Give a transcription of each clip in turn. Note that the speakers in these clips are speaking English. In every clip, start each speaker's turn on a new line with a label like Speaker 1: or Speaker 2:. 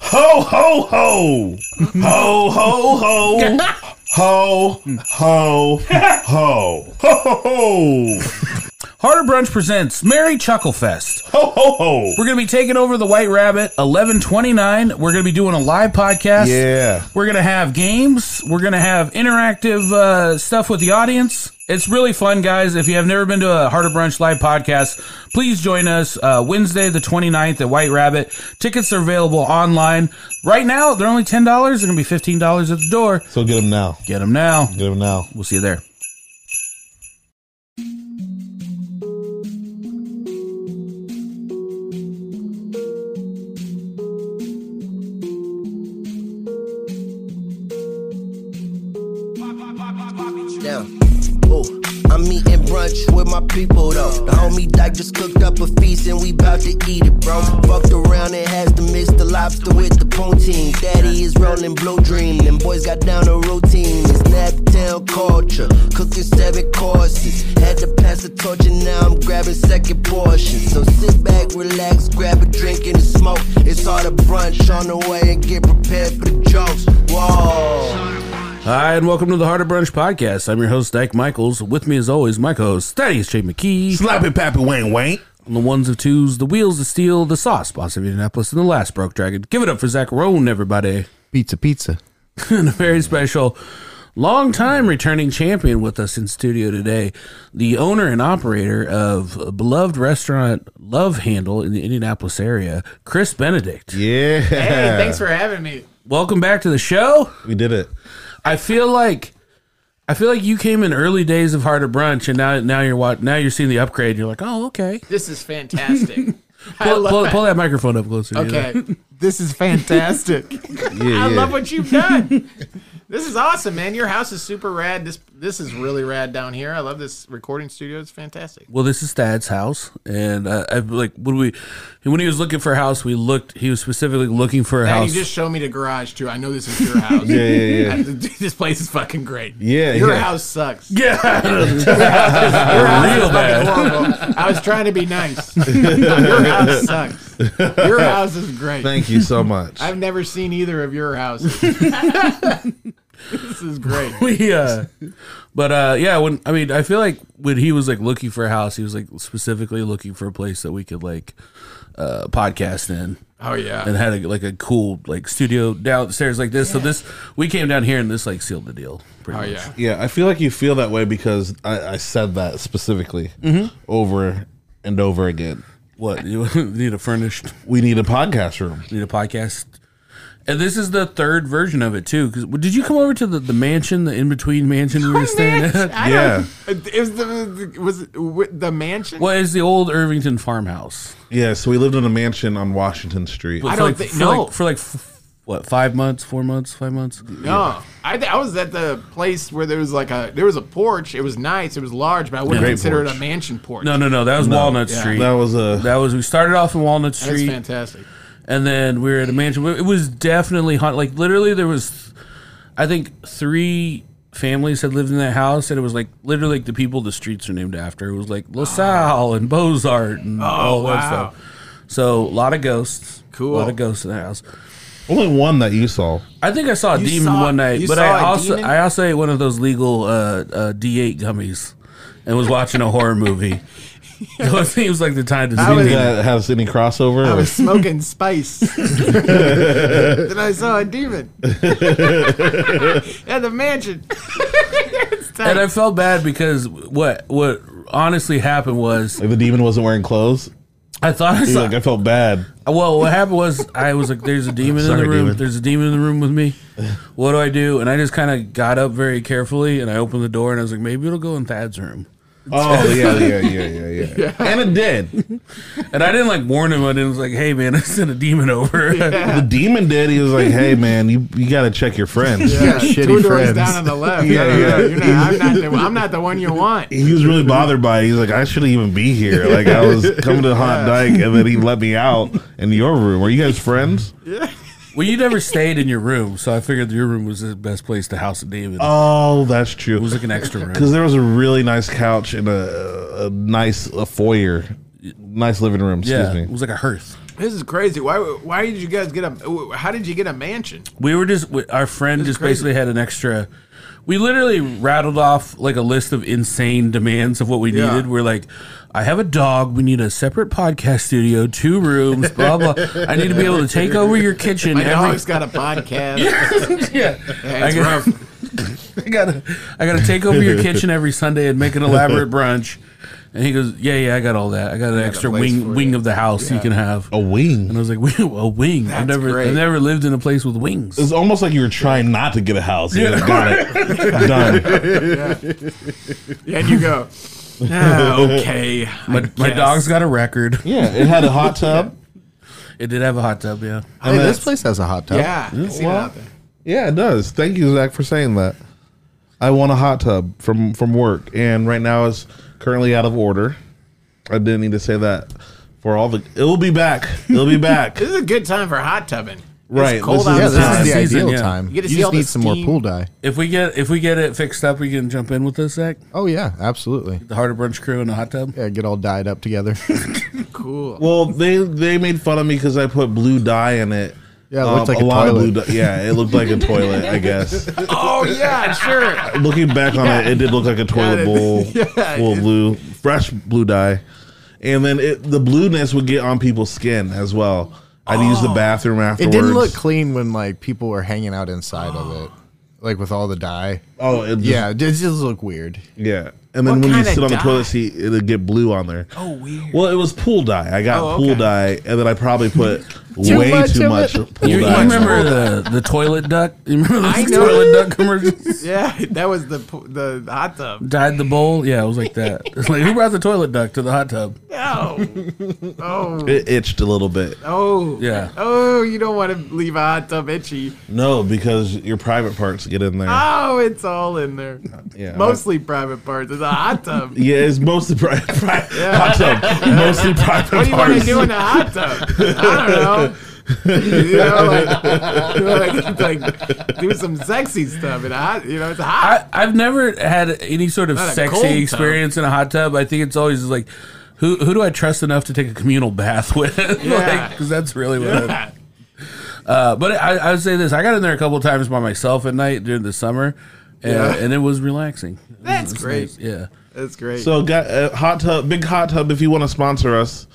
Speaker 1: Ho ho ho! Ho ho ho! Ho ho ho! Ho ho ho!
Speaker 2: Harder Brunch presents Merry Chucklefest.
Speaker 1: Ho ho ho!
Speaker 2: We're going to be taking over the White Rabbit 1129. We're going to be doing a live podcast.
Speaker 1: Yeah.
Speaker 2: We're going to have games. We're going to have interactive uh, stuff with the audience. It's really fun, guys. If you have never been to a Heart of Brunch live podcast, please join us uh, Wednesday, the 29th at White Rabbit. Tickets are available online. Right now, they're only $10. They're going to be $15 at the door.
Speaker 1: So get him now.
Speaker 2: Get them now.
Speaker 1: Get him now.
Speaker 2: We'll see you there.
Speaker 3: Damn. Ooh, I'm eating brunch with my people though. The homie Dyke just cooked up a feast and we bout to eat it, bro. Fucked around and has to mix the lobster with the poutine. Daddy is rolling blue dream. Them boys got down a routine. It's Naptown culture. Cooking seven courses. Had to pass the torch and now I'm grabbing second portions. So sit back, relax, grab a drink and a smoke. It's all the brunch on the way and get prepared for the jokes. Whoa.
Speaker 2: Hi, and welcome to the Heart of Brunch podcast. I'm your host, Dyke Michaels. With me, as always, my co host, Thaddeus J. McKee.
Speaker 1: Slappy pappy wang wang.
Speaker 2: On the ones and twos, the wheels of steel, the sauce, boss of Indianapolis, and the last broke dragon. Give it up for Zach Roan, everybody.
Speaker 4: Pizza, pizza.
Speaker 2: and a very special, long time returning champion with us in studio today, the owner and operator of a beloved restaurant Love Handle in the Indianapolis area, Chris Benedict.
Speaker 1: Yeah.
Speaker 5: Hey, thanks for having me.
Speaker 2: Welcome back to the show.
Speaker 1: We did it.
Speaker 2: I feel like I feel like you came in early days of Harder Brunch, and now now you're wa- now you're seeing the upgrade. And you're like, oh, okay.
Speaker 5: This is fantastic. I
Speaker 2: Pull,
Speaker 5: love
Speaker 2: pull,
Speaker 5: it.
Speaker 2: pull that microphone up closer. to you.
Speaker 5: Okay, this is fantastic.
Speaker 1: Yeah, yeah.
Speaker 5: I love what you've done. This is awesome, man. Your house is super rad. This this is really rad down here. I love this recording studio. It's fantastic.
Speaker 2: Well, this is Dad's house, and uh, I like when we when he was looking for a house, we looked. He was specifically looking for a
Speaker 5: And
Speaker 2: house.
Speaker 5: you just show me the garage too. I know this is your house.
Speaker 1: Yeah, yeah, yeah.
Speaker 5: this place is fucking great.
Speaker 1: Yeah,
Speaker 5: your
Speaker 1: yeah.
Speaker 5: house sucks.
Speaker 2: yeah,
Speaker 5: Your house
Speaker 2: real
Speaker 5: is
Speaker 2: bad.
Speaker 5: fucking horrible. I was trying to be nice. Your house sucks. Your house is great.
Speaker 1: Thank you so much.
Speaker 5: I've never seen either of your houses. this is great.
Speaker 2: we, uh, but uh, yeah. When I mean, I feel like when he was like looking for a house, he was like specifically looking for a place that we could like uh, podcast in.
Speaker 5: Oh yeah.
Speaker 2: and had a, like a cool like studio downstairs like this. So this we came down here and this like sealed the deal. Pretty
Speaker 5: Oh
Speaker 2: much.
Speaker 5: yeah.
Speaker 1: yeah, I feel like you feel that way because I, I said that specifically over and over again.
Speaker 2: What you need a furnished
Speaker 1: We need a podcast room.
Speaker 2: need a podcast. And this is the third version of it too. Because did you come over to the, the mansion, the in between mansion we were staying at?
Speaker 5: I
Speaker 1: Yeah.
Speaker 5: don't- It was the was it wi- the mansion.
Speaker 2: Well, it's the old Irvington farmhouse.
Speaker 1: Yeah, so we lived in a mansion on Washington Street.
Speaker 2: But
Speaker 5: I
Speaker 2: for
Speaker 5: don't
Speaker 2: like,
Speaker 5: think-
Speaker 2: for
Speaker 5: no.
Speaker 2: like, for like f- what five months, four months, five months.
Speaker 5: No, I, th- I was at the place where there was like a there was a porch. It was nice. It was large, but I wouldn't
Speaker 1: Great
Speaker 5: consider it
Speaker 1: porch.
Speaker 5: a mansion porch.
Speaker 2: No, no, no. That was Walnut
Speaker 5: Yeah.
Speaker 2: Street.
Speaker 1: That was a
Speaker 2: that was we started off in Walnut
Speaker 5: that's
Speaker 2: Street.
Speaker 5: fantastic.
Speaker 2: and then we were at a mansion. It was definitely haunted. Like literally, there was, I think, three families had lived in that house, and it was like literally like the people the streets are named after. It was like LaSalle and Bozart and all that
Speaker 5: Ah. Oh, wow.
Speaker 2: stuff. So a lot of ghosts.
Speaker 5: Cool.
Speaker 2: A lot of ghosts in that house.
Speaker 1: only one that you saw.
Speaker 2: I think I saw a
Speaker 5: You
Speaker 2: demon
Speaker 5: saw-
Speaker 2: one night,
Speaker 5: you
Speaker 2: but
Speaker 5: saw
Speaker 2: I
Speaker 5: a
Speaker 2: also
Speaker 5: demon?
Speaker 2: I also ate one of those legal uh, uh, D8 gummies and was watching a horror movie. So it seems like the time to
Speaker 5: I was-
Speaker 2: do that.
Speaker 1: That has any crossover?
Speaker 5: I
Speaker 1: or-
Speaker 5: was smoking spice. then I saw a demon at the mansion.
Speaker 2: And I felt bad because what what honestly happened was
Speaker 1: Like the demon wasn't wearing clothes.
Speaker 2: I thought I
Speaker 1: He's
Speaker 2: saw,
Speaker 1: like, I felt bad.
Speaker 2: Well, what happened was I was like, "There's a demon in
Speaker 1: Sorry,
Speaker 2: the room.
Speaker 1: demon.
Speaker 2: There's a demon in the room with me. What do I do?" And I just kind of got up very carefully and I opened the door and I was like, "Maybe it'll go in Thad's room."
Speaker 1: Oh yeah, yeah, yeah, yeah, yeah. And it did.
Speaker 2: And I didn't like warn him. I didn't was like, "Hey, man, I sent a demon over."
Speaker 1: The demon did. He was like, "Hey, man, you, you got to check your friends."
Speaker 5: Yeah,
Speaker 4: shitty
Speaker 5: two doors
Speaker 4: friends.
Speaker 5: down on the left.
Speaker 1: Yeah,
Speaker 5: Yeah, no, no, no,
Speaker 1: yeah.
Speaker 5: You're not, I'm, not the, I'm not the one you want.
Speaker 1: He was really bothered by it. He's like, "I shouldn't even be here. Like, I was coming to Hot Dyke, and then he let me out in your room. Are you guys friends?"
Speaker 2: well, you never stayed in your room, so I figured your room was the best place to house a demon.
Speaker 1: Oh, that's
Speaker 2: it
Speaker 1: true.
Speaker 2: was like an extra room.
Speaker 1: Because there was a really nice couch and a, a nice a foyer, nice living room. Excuse
Speaker 2: Yeah,
Speaker 1: me.
Speaker 2: it was like a hearth.
Speaker 5: This is crazy. Why? Why did you guys get a? How did you get a mansion?
Speaker 2: We were just we- our friend just
Speaker 5: crazy.
Speaker 2: basically had an extra. We literally rattled off like a list of insane demands of what we
Speaker 5: Yeah.
Speaker 2: needed. We're like, I have a dog. We need a separate podcast studio, two rooms, blah blah. I need to be able to take over your kitchen.
Speaker 5: My
Speaker 2: every-
Speaker 5: dog's got a podcast.
Speaker 2: yeah,
Speaker 5: That's
Speaker 2: got-
Speaker 5: rough.
Speaker 2: I gotta, I gotta take over your kitchen every Sunday and make an elaborate brunch. And he goes, Yeah, yeah, I got all that. I got an extra
Speaker 5: place for
Speaker 2: wing,
Speaker 5: you."
Speaker 2: wing of the house you can have.
Speaker 1: A
Speaker 2: And I
Speaker 1: wing.
Speaker 2: was like, "Wing- a wing.
Speaker 5: That's
Speaker 2: I've never, I've
Speaker 5: great.
Speaker 2: never lived in a place with wings.
Speaker 1: It's almost like you were trying not to get a house. You
Speaker 2: Yeah.
Speaker 1: just got it. Done.
Speaker 5: And you go. "Ah, okay.
Speaker 2: My, my dog's got a record.
Speaker 1: Yeah, it had a hot tub.
Speaker 2: It did have a hot tub, yeah.
Speaker 4: Hey, this place has a hot tub.
Speaker 5: Yeah. I seen it
Speaker 1: Well,
Speaker 5: out there.
Speaker 1: Yeah, it does. Thank you, Zach, for saying that. I want a hot tub from from work, and right now it's currently out of order. I didn't need to say that for all the. It'll be back. It'll be back.
Speaker 5: This is a good time for hot tubbing. It's
Speaker 1: Right, this
Speaker 5: cold
Speaker 1: is-
Speaker 5: outside.
Speaker 4: Yeah, this
Speaker 2: Time.
Speaker 4: is the
Speaker 2: Season,
Speaker 4: ideal
Speaker 2: yeah.
Speaker 4: time.
Speaker 5: You
Speaker 4: You,
Speaker 5: get to see all
Speaker 4: just
Speaker 5: the
Speaker 4: need some more
Speaker 5: steam.
Speaker 4: pool dye.
Speaker 2: If we get if we get it fixed up, we can jump in with us, Zach.
Speaker 4: Oh yeah, absolutely.
Speaker 2: The Heart of Brunch crew in the hot tub.
Speaker 4: Yeah, get all dyed up together.
Speaker 5: cool.
Speaker 1: Well, they they made fun of me because I put blue dye in it. Um,
Speaker 4: Yeah, it looked like a toilet.
Speaker 1: dye. Yeah, it looked like a toilet. I guess.
Speaker 5: Oh yeah, sure.
Speaker 1: Looking back on it, it did look like a toilet
Speaker 5: it-
Speaker 1: bowl
Speaker 5: yeah,
Speaker 1: full of
Speaker 5: it-
Speaker 1: blue, fresh blue dye, and then it, the blueness would get on people's skin as well. I'd use
Speaker 5: Oh.
Speaker 1: the bathroom
Speaker 4: it
Speaker 1: afterwards.
Speaker 4: didn't look clean when like people were hanging out inside of it, like with all the dye.
Speaker 1: Oh, it just-
Speaker 4: Yeah, it just look weird.
Speaker 1: Yeah, and then
Speaker 5: What
Speaker 1: when you
Speaker 5: kinda
Speaker 1: sit on the
Speaker 5: dye?
Speaker 1: toilet seat, it'll get blue on there.
Speaker 5: Oh, weird.
Speaker 1: Well, it was pool dye. I got
Speaker 5: Oh,
Speaker 1: pool
Speaker 5: okay.
Speaker 1: dye, and then I probably put
Speaker 4: Too
Speaker 1: way
Speaker 4: much
Speaker 1: too
Speaker 4: of
Speaker 1: much
Speaker 4: it.
Speaker 1: pool
Speaker 2: You, you
Speaker 1: dye.
Speaker 2: remember the, the toilet duck? You remember
Speaker 5: I
Speaker 2: those
Speaker 5: know.
Speaker 2: toilet duck commercials?
Speaker 5: Yeah, that was the po- the the hot tub.
Speaker 2: Dyed the bowl? Yeah, it was like that. It's like who brought the toilet duck to the hot tub?
Speaker 5: Oh, oh,
Speaker 1: It itched a little bit.
Speaker 5: oh,
Speaker 2: Yeah.
Speaker 5: Oh, you don't want to leave a hot tub itchy.
Speaker 1: No, because your private parts get in there.
Speaker 5: Oh, it's all in there.
Speaker 1: Yeah,
Speaker 5: Mostly private parts. It's a hot tub.
Speaker 1: Yeah, it's mostly private. Pri- Hot tub, mostly private
Speaker 5: What do you
Speaker 1: parts.
Speaker 5: want to do in a hot tub? I don't know. You know, like, you know, like, like do some sexy stuff. In a hot, you know, it's hot.
Speaker 2: I, I've never had any sort of
Speaker 5: Not a cold tub.
Speaker 2: sexy experience in a hot tub. I think it's always just like, who who do I trust enough to take a communal bath with? Because
Speaker 5: Yeah.
Speaker 2: that's really what. I- Uh, but I, I would say this: I got in there a couple times by myself at night during the summer, and,
Speaker 5: Yeah.
Speaker 2: and it was relaxing.
Speaker 5: That's
Speaker 2: It was
Speaker 5: great.
Speaker 2: nice, Yeah,
Speaker 5: That's great.
Speaker 1: So, got uh, hot tub, big hot tub. If you want to sponsor us,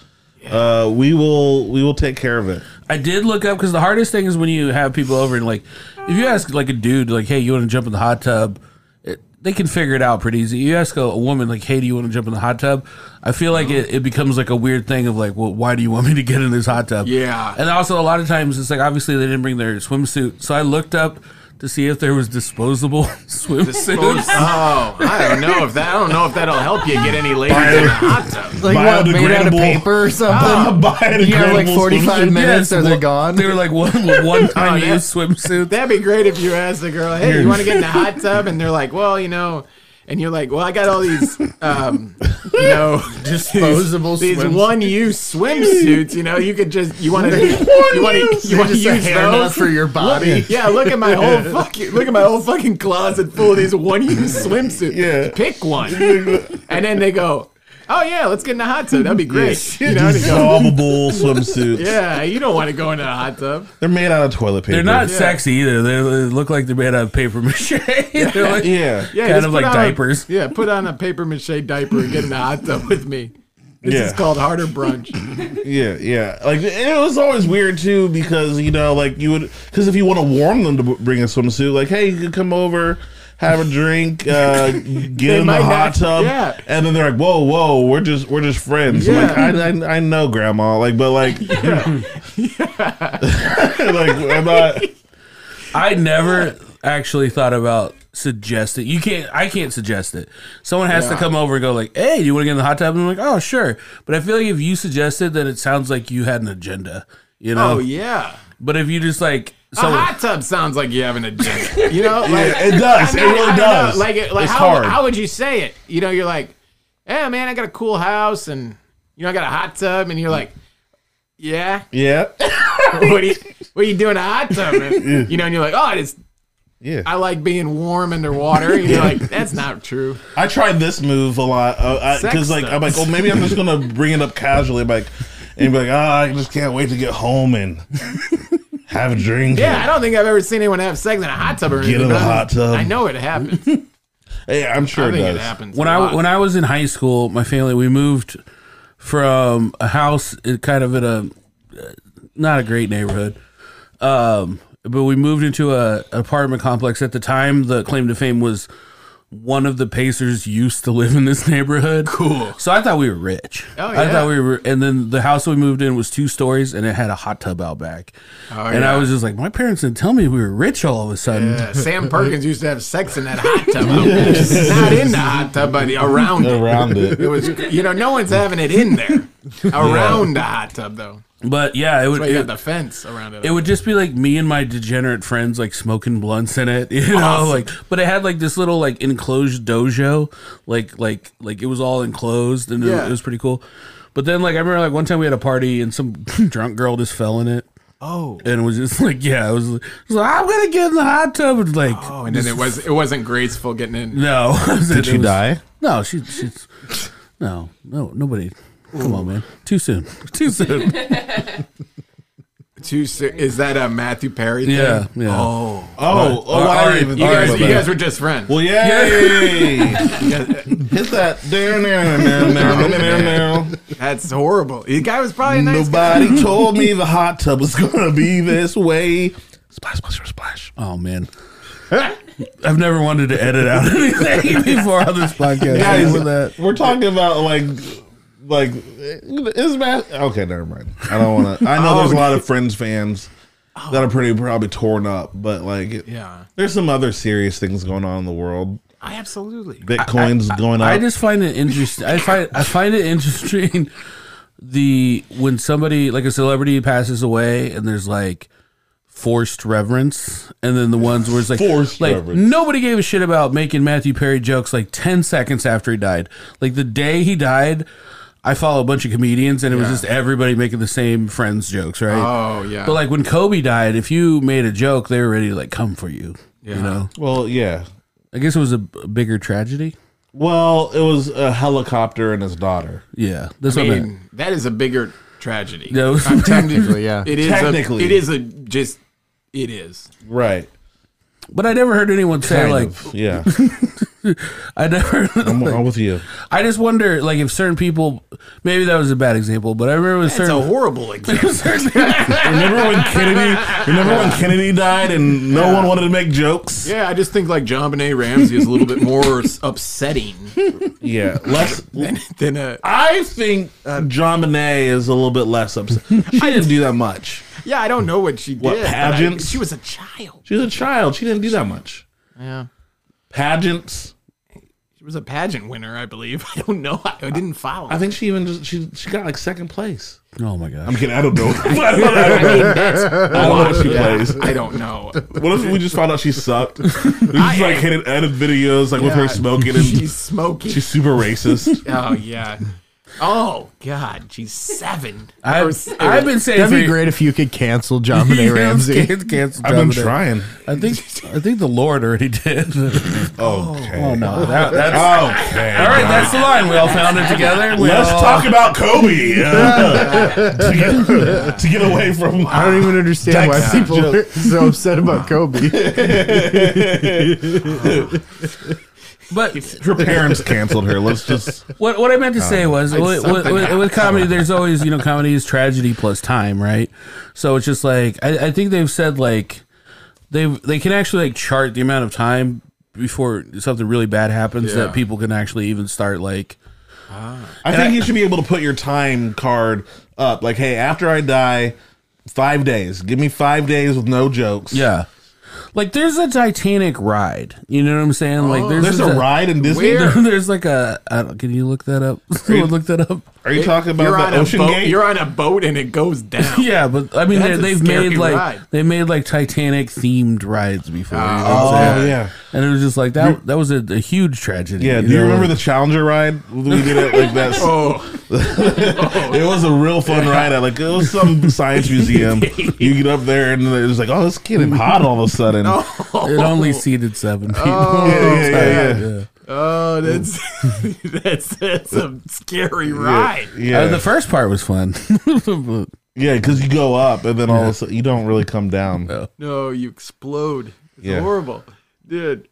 Speaker 1: uh, we will we will take care of it.
Speaker 2: I did look up because the hardest thing is when you have people over and like, if you ask like a dude like, "Hey, you want to jump in the hot tub?" It, they can figure it out pretty easy. You ask a, a woman like, "Hey, do you want to jump in the hot tub?" I feel like it, it becomes like a weird thing of like, "Well, why do you want me to get in this hot tub?"
Speaker 5: Yeah.
Speaker 2: and also a lot of times it's like obviously they didn't bring their swimsuit, so I looked up to see if there was disposable swimsuits.
Speaker 5: Oh, I don't know if that. I don't know if that'll help you get any ladies in the hot tub.
Speaker 4: Like what, made out of
Speaker 1: Biodegradable.
Speaker 4: paper or something?
Speaker 1: Biodegradable
Speaker 4: you have like forty-five
Speaker 1: swimsuit.
Speaker 4: minutes, or they're
Speaker 2: one-
Speaker 4: gone.
Speaker 2: They were like one one time
Speaker 5: that-
Speaker 2: use swimsuit.
Speaker 5: That'd be great if you asked the girl, "Hey, you want to get in the hot tub?" And they're like, "Well, you know," and you're like, "Well, I got all these, um, you know, just these,
Speaker 4: Disposable
Speaker 5: these
Speaker 4: swimsuits.
Speaker 5: one-use swimsuits. You know, you could just you want to you want to you
Speaker 4: They're
Speaker 5: want to
Speaker 4: just a
Speaker 5: use
Speaker 4: hairnet
Speaker 5: those
Speaker 4: for your body.
Speaker 5: Yeah, look at my whole fucking look at my whole fucking closet full of these one-use swimsuits.
Speaker 1: Yeah.
Speaker 5: pick one." And then they go, "Oh yeah, let's get in the hot tub. That'd be great." You know, they go,
Speaker 1: Dissolvable swimsuits.
Speaker 5: Yeah, you don't want to go into a hot tub.
Speaker 1: They're made out of toilet paper.
Speaker 2: They're not
Speaker 5: Yeah.
Speaker 2: sexy either. They, they look like they're made out of paper mache. They're like-
Speaker 1: Yeah.
Speaker 5: Yeah,
Speaker 2: Kind
Speaker 5: just
Speaker 2: of
Speaker 5: put
Speaker 2: like
Speaker 5: on a-
Speaker 2: diapers.
Speaker 5: yeah, put on a paper mache diaper and get in the hot tub with me. This
Speaker 1: Yeah.
Speaker 5: is called harder brunch.
Speaker 1: Yeah, yeah. Like it was always weird too because you know, like you would because if you want to warm them to b- bring a swimsuit, like hey, you could come over, have a drink, uh, get in the
Speaker 5: might
Speaker 1: hot
Speaker 5: not-
Speaker 1: tub,
Speaker 5: yeah.
Speaker 1: and then they're like, whoa, whoa, we're just we're just friends. I'm Like I, I, I know, grandma. Like, but like, like I'm not.
Speaker 2: I never actually thought about suggesting. You can't. I can't suggest it. Someone has to
Speaker 5: Yeah.
Speaker 2: come over and go like, "Hey, you want to get in the hot tub?" And I'm like, "Oh, sure." But I feel like if you suggested, then it sounds like you had an agenda. You know.
Speaker 5: Oh yeah,
Speaker 2: But if you just like
Speaker 5: a
Speaker 2: someone,
Speaker 5: hot tub sounds like you have an agenda. You know, like,
Speaker 1: It does.
Speaker 5: I
Speaker 1: It
Speaker 5: mean, I
Speaker 1: really
Speaker 5: don't know,
Speaker 1: does.
Speaker 5: Like, it- like
Speaker 1: it's
Speaker 5: how
Speaker 1: hard.
Speaker 5: how would you say it? You know, you're like, yeah, man, I got a cool house and you know I got a hot tub, and you're like, yeah,
Speaker 1: yeah,
Speaker 5: what are you what are you doing in a hot tub? And, you know, and you're like, oh, it's
Speaker 1: yeah.
Speaker 5: I like being warm underwater. And you're like, that's not true.
Speaker 1: I tried this move a lot because,
Speaker 5: Sex
Speaker 1: like,
Speaker 5: stuff.
Speaker 1: I'm like, oh, maybe I'm just gonna bring it up casually. I'm like, and be like, ah, I just can't wait to get home and have a drink.
Speaker 5: Yeah, I don't think I've ever seen anyone have sex in a hot tub or anything.
Speaker 1: in the
Speaker 5: but I'm-
Speaker 1: hot tub.
Speaker 5: I know it happens.
Speaker 1: Hey, I'm sure
Speaker 5: I
Speaker 1: it
Speaker 5: think
Speaker 1: does.
Speaker 5: it happens.
Speaker 2: when I when I was in high school, my family we moved from a house it kind of in a uh, not a great neighborhood, um, but we moved into a apartment complex. At the time, the claim to fame was one of the Pacers used to live in this neighborhood. Cool. So I thought we were rich.
Speaker 5: Oh,
Speaker 2: I thought
Speaker 5: yeah.
Speaker 2: we were, and then the house we moved in was two stories, and it had a hot tub out back. and I
Speaker 5: Oh, yeah.
Speaker 2: was just like, my parents didn't tell me we were rich all of a sudden.
Speaker 5: Uh, Sam Perkins used to have sex in that hot tub. Not in the hot tub, but around it.
Speaker 1: Around it.
Speaker 5: It was, you know, no one's having it in there. Around the hot tub, though.
Speaker 2: But yeah, it would.
Speaker 5: But you
Speaker 2: it-
Speaker 5: got the fence around it.
Speaker 2: It would just be like me and my degenerate friends like smoking blunts in it, you know,
Speaker 5: Awesome.
Speaker 2: like but it had like this little like enclosed dojo, like like like it was all enclosed and it-
Speaker 5: Yeah.
Speaker 2: it, was pretty cool. But then like I remember like one time we had a party and some drunk girl just fell in it. Oh. And was just like, yeah, I was, like- I was like, I'm gonna get in the hot tub and like
Speaker 5: oh, and then it was it wasn't graceful getting in.
Speaker 2: No. Did
Speaker 1: she die?
Speaker 2: No, she she's no, no, nobody. Come on, man. Too soon. Too soon.
Speaker 5: Too ser- is that a Matthew Perry thing?
Speaker 2: Yeah, yeah.
Speaker 5: Oh,
Speaker 1: Oh, oh, I
Speaker 2: Alright,
Speaker 1: didn't even
Speaker 5: you
Speaker 1: think
Speaker 5: guys,
Speaker 1: about
Speaker 5: you
Speaker 1: that.
Speaker 5: guys were just friends.
Speaker 1: Well, yay! Hit that. There, there, there, there, there, there.
Speaker 5: That's horrible. The guy was probably a nice guy.
Speaker 1: Nobody told me the hot tub was gonna be this way. Splash, splash, splash.
Speaker 2: Oh man. I've never wanted to edit out anything before on this podcast.
Speaker 1: Guys,
Speaker 2: Remember that.
Speaker 1: we're talking about like, like, is Matt? Okay, never mind. I don't want to. I know there's a
Speaker 2: Oh.
Speaker 1: lot of Friends fans that are pretty probably torn up, but like, it-
Speaker 5: Yeah.
Speaker 1: there's some other serious things going on in the world.
Speaker 5: I absolutely.
Speaker 1: Bitcoin's going up.
Speaker 2: I just find it interesting. I find I find it interesting the when somebody like a celebrity passes away and there's like forced reverence, and then the ones where it's like
Speaker 1: Forced
Speaker 2: like
Speaker 1: reverence.
Speaker 2: nobody gave a shit about making Matthew Perry jokes like ten seconds after he died. Like the day he died. I follow a bunch of comedians, and it was just everybody making the same friends jokes, right?
Speaker 5: Oh yeah.
Speaker 2: But like when Kobe died, if you made a joke, they were ready to like come for you. You know,
Speaker 1: well, yeah.
Speaker 2: I guess it was a b- a bigger tragedy.
Speaker 1: Well, it was a helicopter and his daughter.
Speaker 2: Yeah, that's
Speaker 5: I
Speaker 2: what I meant.
Speaker 5: mean, that is a bigger tragedy.
Speaker 2: That was-
Speaker 4: Technically, yeah.
Speaker 5: It is
Speaker 1: Technically.
Speaker 5: A, it is a just. It is.
Speaker 1: Right.
Speaker 2: but I never heard anyone say
Speaker 1: Kind
Speaker 2: like
Speaker 1: of. Yeah.
Speaker 2: I never.
Speaker 1: I'm, I'm with you.
Speaker 2: I just wonder like if certain people. Maybe that was a bad example, but I remember with
Speaker 5: It's a
Speaker 2: certain.
Speaker 5: horrible example.
Speaker 1: Remember when Kennedy? Remember when Kennedy died and no one wanted to make jokes?
Speaker 5: yeah, I just think like John Benet Ramsey is a little bit more s- upsetting
Speaker 1: Yeah, less.
Speaker 5: than a.
Speaker 1: I think John Bonet is a little bit less upset. She didn't do that much.
Speaker 5: Yeah, I don't know what she did.
Speaker 1: What,
Speaker 5: but I-
Speaker 1: pageants?
Speaker 5: she was a child.
Speaker 1: She was a child. She didn't do that much.
Speaker 5: Yeah.
Speaker 1: Pageants.
Speaker 5: She was a pageant winner, I believe. I don't know. I, I didn't follow.
Speaker 1: I think she even just, she she got like second place.
Speaker 2: Oh my gosh!
Speaker 1: I'm kidding. I don't know. I don't know, I don't know. I don't know what she plays.
Speaker 5: I don't know.
Speaker 1: What if we just found out she sucked? We just like hit edit videos like with her
Speaker 5: Yeah.
Speaker 1: smoking
Speaker 5: She's
Speaker 1: and
Speaker 5: smoking.
Speaker 1: she's super racist.
Speaker 5: oh yeah. Oh God, she's seven. Or
Speaker 2: I've,
Speaker 5: s-
Speaker 2: I've been saying
Speaker 4: That'd be
Speaker 2: for-
Speaker 4: great if you could cancel John Benet
Speaker 2: Yeah,
Speaker 4: Ramsey.
Speaker 2: can- cancel
Speaker 1: I've been
Speaker 2: Dominic.
Speaker 1: trying.
Speaker 2: I think I think the Lord already did.
Speaker 1: Okay.
Speaker 2: oh no! That, that's,
Speaker 1: Okay.
Speaker 2: all right, that's the line. We all found it together. We
Speaker 1: Let's
Speaker 2: all-
Speaker 1: talk about Kobe uh, to, get, to get away from.
Speaker 4: I don't even understand why
Speaker 1: Dissect
Speaker 4: people are so upset about Kobe.
Speaker 2: But
Speaker 1: Her parents canceled her. Let's just.
Speaker 2: What what I meant to say was with, with,
Speaker 5: something
Speaker 2: with, with comedy, there's always you know comedy is tragedy plus time, right? So it's just like I, I think they've said like they they can actually like chart the amount of time before something really bad happens
Speaker 5: Yeah.
Speaker 2: that people can actually even start like
Speaker 1: I think you should be able to put your time card up. Like, hey, after I die, five days. Give me five days with no jokes.
Speaker 2: yeah. Like there's a Titanic ride, you know what I'm saying? like there's,
Speaker 1: There's a ride in Disney.
Speaker 5: Where?
Speaker 2: there- there's like a I don't, can you look that up? Someone look that up.
Speaker 1: Are you talking about
Speaker 5: you're
Speaker 1: the
Speaker 5: on a
Speaker 1: Ocean
Speaker 5: boat.
Speaker 1: Gate?
Speaker 5: You're on a boat and it goes down.
Speaker 2: Yeah, but I mean
Speaker 5: That's
Speaker 2: they-
Speaker 5: a
Speaker 2: they've
Speaker 5: scary
Speaker 2: made like
Speaker 5: ride.
Speaker 2: they made like Titanic themed rides before. you know what I'm
Speaker 1: oh yeah.
Speaker 2: saying?
Speaker 1: yeah.
Speaker 2: And it was just like that. That was a, a huge tragedy.
Speaker 1: Do you
Speaker 2: know?
Speaker 1: remember the Challenger ride? We did it like that.
Speaker 5: Oh,
Speaker 1: It was a real fun ride. I like it was some science museum. You get up there and it was like, oh,
Speaker 5: Oh,
Speaker 1: it's getting hot all of a sudden.
Speaker 2: It only seated seven people.
Speaker 1: yeah, yeah, yeah, yeah.
Speaker 5: Oh, that's that's that's a scary ride.
Speaker 1: Yeah,
Speaker 2: Uh, the first part was fun.
Speaker 1: yeah, because you go up and then all of a sudden you don't really come down.
Speaker 5: No, you explode. It's
Speaker 1: Yeah.
Speaker 5: horrible, dude.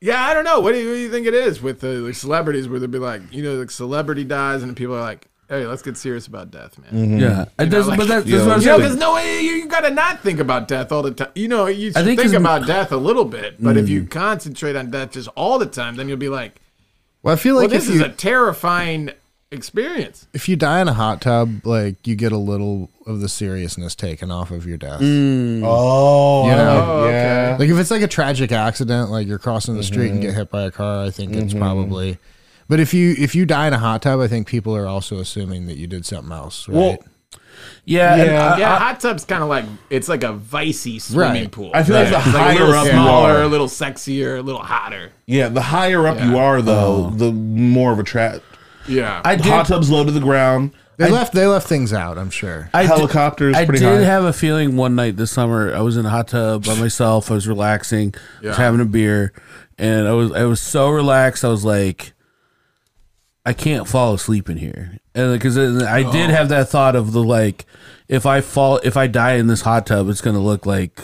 Speaker 5: Yeah, I don't know. What do you, what do you think it is with the like, celebrities where they'd be like, you know, like celebrity dies and people are like, hey, let's get serious about death,
Speaker 1: Mm-hmm.
Speaker 5: man.
Speaker 2: yeah, it doesn't.
Speaker 5: like-
Speaker 2: but that, that's
Speaker 1: Yeah,
Speaker 2: what I'm
Speaker 5: You know,
Speaker 2: saying.
Speaker 5: because no way you, you gotta not think about death all the time. You know, you
Speaker 2: I
Speaker 5: should
Speaker 2: think
Speaker 5: think,
Speaker 2: 'cause-
Speaker 5: about death a little bit, but if you
Speaker 1: Mm.
Speaker 5: concentrate on death just all the time, then you'll be like,
Speaker 4: Well, I feel
Speaker 5: well,
Speaker 4: like
Speaker 5: this
Speaker 4: if
Speaker 5: is
Speaker 4: you
Speaker 5: a terrifying experience.
Speaker 4: if you die in a hot tub, like you get a little of the seriousness taken off of your death.
Speaker 1: Oh,
Speaker 4: You know?
Speaker 1: yeah.
Speaker 4: Like if it's like a tragic accident, like you're crossing the street and get hit by a car, I think it's probably. But if you if you die in a hot tub, I think people are also assuming that you did something else, right?
Speaker 1: Well,
Speaker 2: yeah, and
Speaker 1: Yeah.
Speaker 2: I-
Speaker 5: Yeah, hot tub's kind of like it's like a vicey swimming
Speaker 4: Right.
Speaker 5: pool.
Speaker 1: I feel like the
Speaker 5: It's like a
Speaker 1: higher
Speaker 5: little
Speaker 1: up you
Speaker 5: smaller,
Speaker 1: are-
Speaker 5: a little sexier, a little hotter.
Speaker 1: yeah. The higher up you are,
Speaker 2: Oh.
Speaker 1: though, the more of a trap.
Speaker 5: Yeah,
Speaker 2: I
Speaker 1: Hot
Speaker 2: did.
Speaker 1: tubs low to the ground.
Speaker 4: they left they left things out. I'm sure.
Speaker 2: I did-
Speaker 1: Helicopters
Speaker 2: I
Speaker 1: pretty
Speaker 2: did
Speaker 1: high.
Speaker 2: have a feeling one night this summer. I was in a hot tub by myself. I was relaxing. I was
Speaker 5: Yeah.
Speaker 2: having a beer, and I was I was so relaxed. I was like, I can't fall asleep in here, and because I did have that thought of the like, if I fall, if I die in this hot tub, it's gonna look like.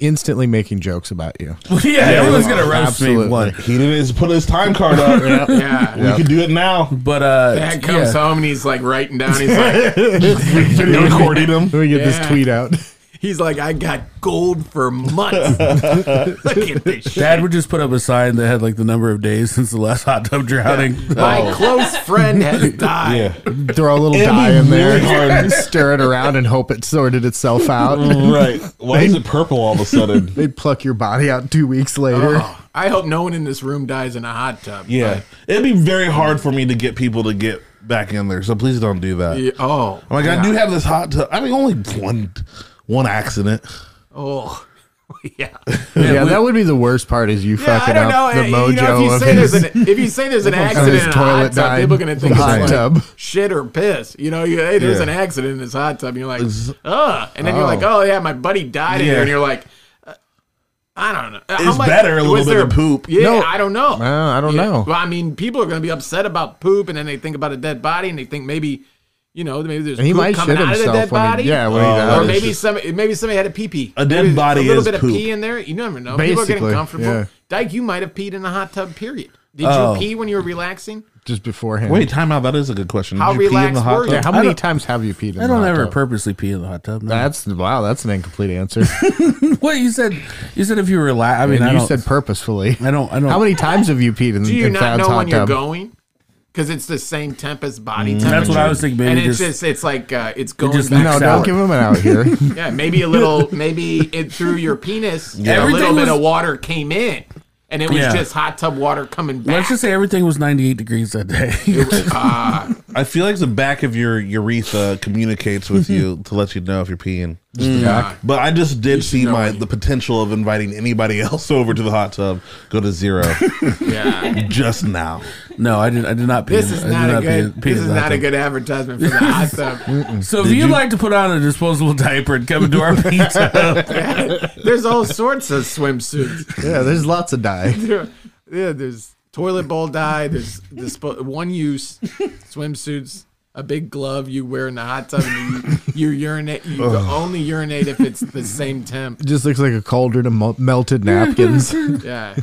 Speaker 4: Instantly making jokes about you.
Speaker 2: yeah, everyone's gonna roast me.
Speaker 4: absolutely.
Speaker 2: One.
Speaker 1: he didn't just put his time card up.
Speaker 5: yeah.
Speaker 1: We could do it now.
Speaker 2: But uh,
Speaker 5: Dad comes
Speaker 2: yeah.
Speaker 5: home and he's like writing down. He's like,
Speaker 1: Video recording him.
Speaker 4: Let me get
Speaker 5: Yeah.
Speaker 4: this tweet out.
Speaker 5: he's like, I got gold for months. Look at this shit.
Speaker 2: Dad would just put up a sign that had like the number of days since the last hot tub drowning.
Speaker 1: Oh.
Speaker 5: My close friend has died.
Speaker 1: Yeah.
Speaker 4: Throw a little
Speaker 1: It'd be
Speaker 4: dye in
Speaker 1: really hard.
Speaker 4: there, stir it around, and hope it sorted itself out.
Speaker 1: Right. Why is it purple all of a sudden?
Speaker 4: They'd pluck your body out two weeks later.
Speaker 5: Oh, I hope no one in this room dies in a hot tub.
Speaker 1: Yeah. It'd be very hard for me to get people to get back in there. So please don't do that.
Speaker 5: But- Yeah, oh,
Speaker 1: I'm like, I do have this hot tub. I mean, only one one accident.
Speaker 5: oh, yeah.
Speaker 4: Yeah, that would be the worst part. Is you
Speaker 5: Yeah, I
Speaker 4: fucking
Speaker 5: don't know.
Speaker 4: up the
Speaker 5: You
Speaker 4: mojo
Speaker 5: know, if you
Speaker 4: of
Speaker 5: say
Speaker 4: his
Speaker 5: there's an if you say there's an
Speaker 4: of
Speaker 5: accident
Speaker 4: his
Speaker 5: in a
Speaker 4: toilet
Speaker 5: hot tub,
Speaker 4: died
Speaker 5: people are gonna think it's
Speaker 4: hot
Speaker 5: like
Speaker 4: tub.
Speaker 5: shit or piss. You know, you, hey, there's
Speaker 1: Yeah.
Speaker 5: an accident in this hot tub. And you're like, ugh, and then you're like, oh yeah, my buddy died in
Speaker 1: Yeah.
Speaker 5: here, and you're like, uh, I don't know. How
Speaker 1: It's better a little
Speaker 5: was
Speaker 1: bit
Speaker 5: there-
Speaker 1: of poop.
Speaker 5: Yeah,
Speaker 4: No.
Speaker 5: I don't know.
Speaker 4: Well, I don't
Speaker 5: Yeah,
Speaker 4: know.
Speaker 5: Well, I mean, people are gonna be upset about poop, and then they think about a dead body, and they think maybe. You know, maybe there's
Speaker 4: And he
Speaker 5: poop
Speaker 4: might
Speaker 5: coming
Speaker 4: shit
Speaker 5: out of the dead
Speaker 4: himself when he-
Speaker 5: body.
Speaker 4: yeah, when he
Speaker 5: Or
Speaker 4: dies.
Speaker 5: maybe some, maybe somebody had a pee pee.
Speaker 1: Oh, A dead body
Speaker 5: a little
Speaker 1: is
Speaker 5: bit
Speaker 1: poop.
Speaker 5: of pee in there. You never know. people are getting
Speaker 4: Basically,
Speaker 5: comfortable.
Speaker 4: yeah.
Speaker 5: Dyke, you might have peed in a hot tub. Period. Did
Speaker 2: Oh.
Speaker 5: you pee when you were relaxing?
Speaker 4: just beforehand.
Speaker 1: Wait, time out. That is a good question. Did
Speaker 5: How
Speaker 1: you pee in the
Speaker 5: relaxed
Speaker 1: hot
Speaker 5: were you?
Speaker 1: tub?
Speaker 4: yeah, how
Speaker 2: I
Speaker 4: many
Speaker 2: don't-
Speaker 4: times have you peed? In
Speaker 2: I don't
Speaker 4: the hot
Speaker 2: ever
Speaker 4: tub?
Speaker 2: purposely pee in the hot tub. No.
Speaker 4: That's wow. That's an incomplete answer.
Speaker 2: What you said? You said if you relax. I mean,
Speaker 4: and
Speaker 2: I
Speaker 4: you
Speaker 2: don't,
Speaker 4: said purposefully.
Speaker 2: I don't. I don't.
Speaker 4: How many times have you peed in,
Speaker 5: Do you
Speaker 4: in
Speaker 5: not
Speaker 4: Thad's
Speaker 5: know when
Speaker 4: hot
Speaker 5: you're
Speaker 4: tub?
Speaker 5: going? Because it's the same temp as body temperature.
Speaker 2: That's what I was thinking, maybe
Speaker 5: and it's
Speaker 2: just-
Speaker 5: just it's like uh, it's going
Speaker 2: just
Speaker 5: back.
Speaker 4: No,
Speaker 2: Next hour.
Speaker 4: don't give him an out here.
Speaker 5: Yeah, maybe a little, maybe it through your penis. A little
Speaker 2: Everything
Speaker 5: bit
Speaker 2: was-
Speaker 5: of water came in, and it was
Speaker 2: Yeah.
Speaker 5: just hot tub water coming back.
Speaker 2: Let's just say everything was 98 degrees that day.
Speaker 5: Ah,
Speaker 1: I feel like the back of your urethra communicates
Speaker 5: Mm-hmm.
Speaker 1: with you to let you know if you're peeing.
Speaker 5: Yeah.
Speaker 1: But I just did see
Speaker 5: Mm. know
Speaker 1: my
Speaker 5: when you-
Speaker 1: the potential of inviting anybody else over to the hot tub go to zero
Speaker 5: yeah.
Speaker 1: just now.
Speaker 2: no, I did. I did not pee.
Speaker 5: This
Speaker 2: in-
Speaker 5: is
Speaker 2: I did
Speaker 5: not a
Speaker 2: pee in-
Speaker 5: good.
Speaker 2: pee in
Speaker 5: This is
Speaker 2: the hot
Speaker 5: not a
Speaker 2: tub.
Speaker 5: good advertisement for the hot tub.
Speaker 2: So if you'd like to put on a disposable diaper and come into our pizza,
Speaker 5: There's all sorts of swimsuits.
Speaker 4: yeah, there's lots of dye.
Speaker 5: there, yeah, there's toilet bowl dye. There's disp- one use swimsuits. A big glove you wear in the hot tub. And you, you urinate. You only urinate if it's the same temp.
Speaker 4: Just looks like a cauldron of mel- melted napkins.
Speaker 5: Yeah.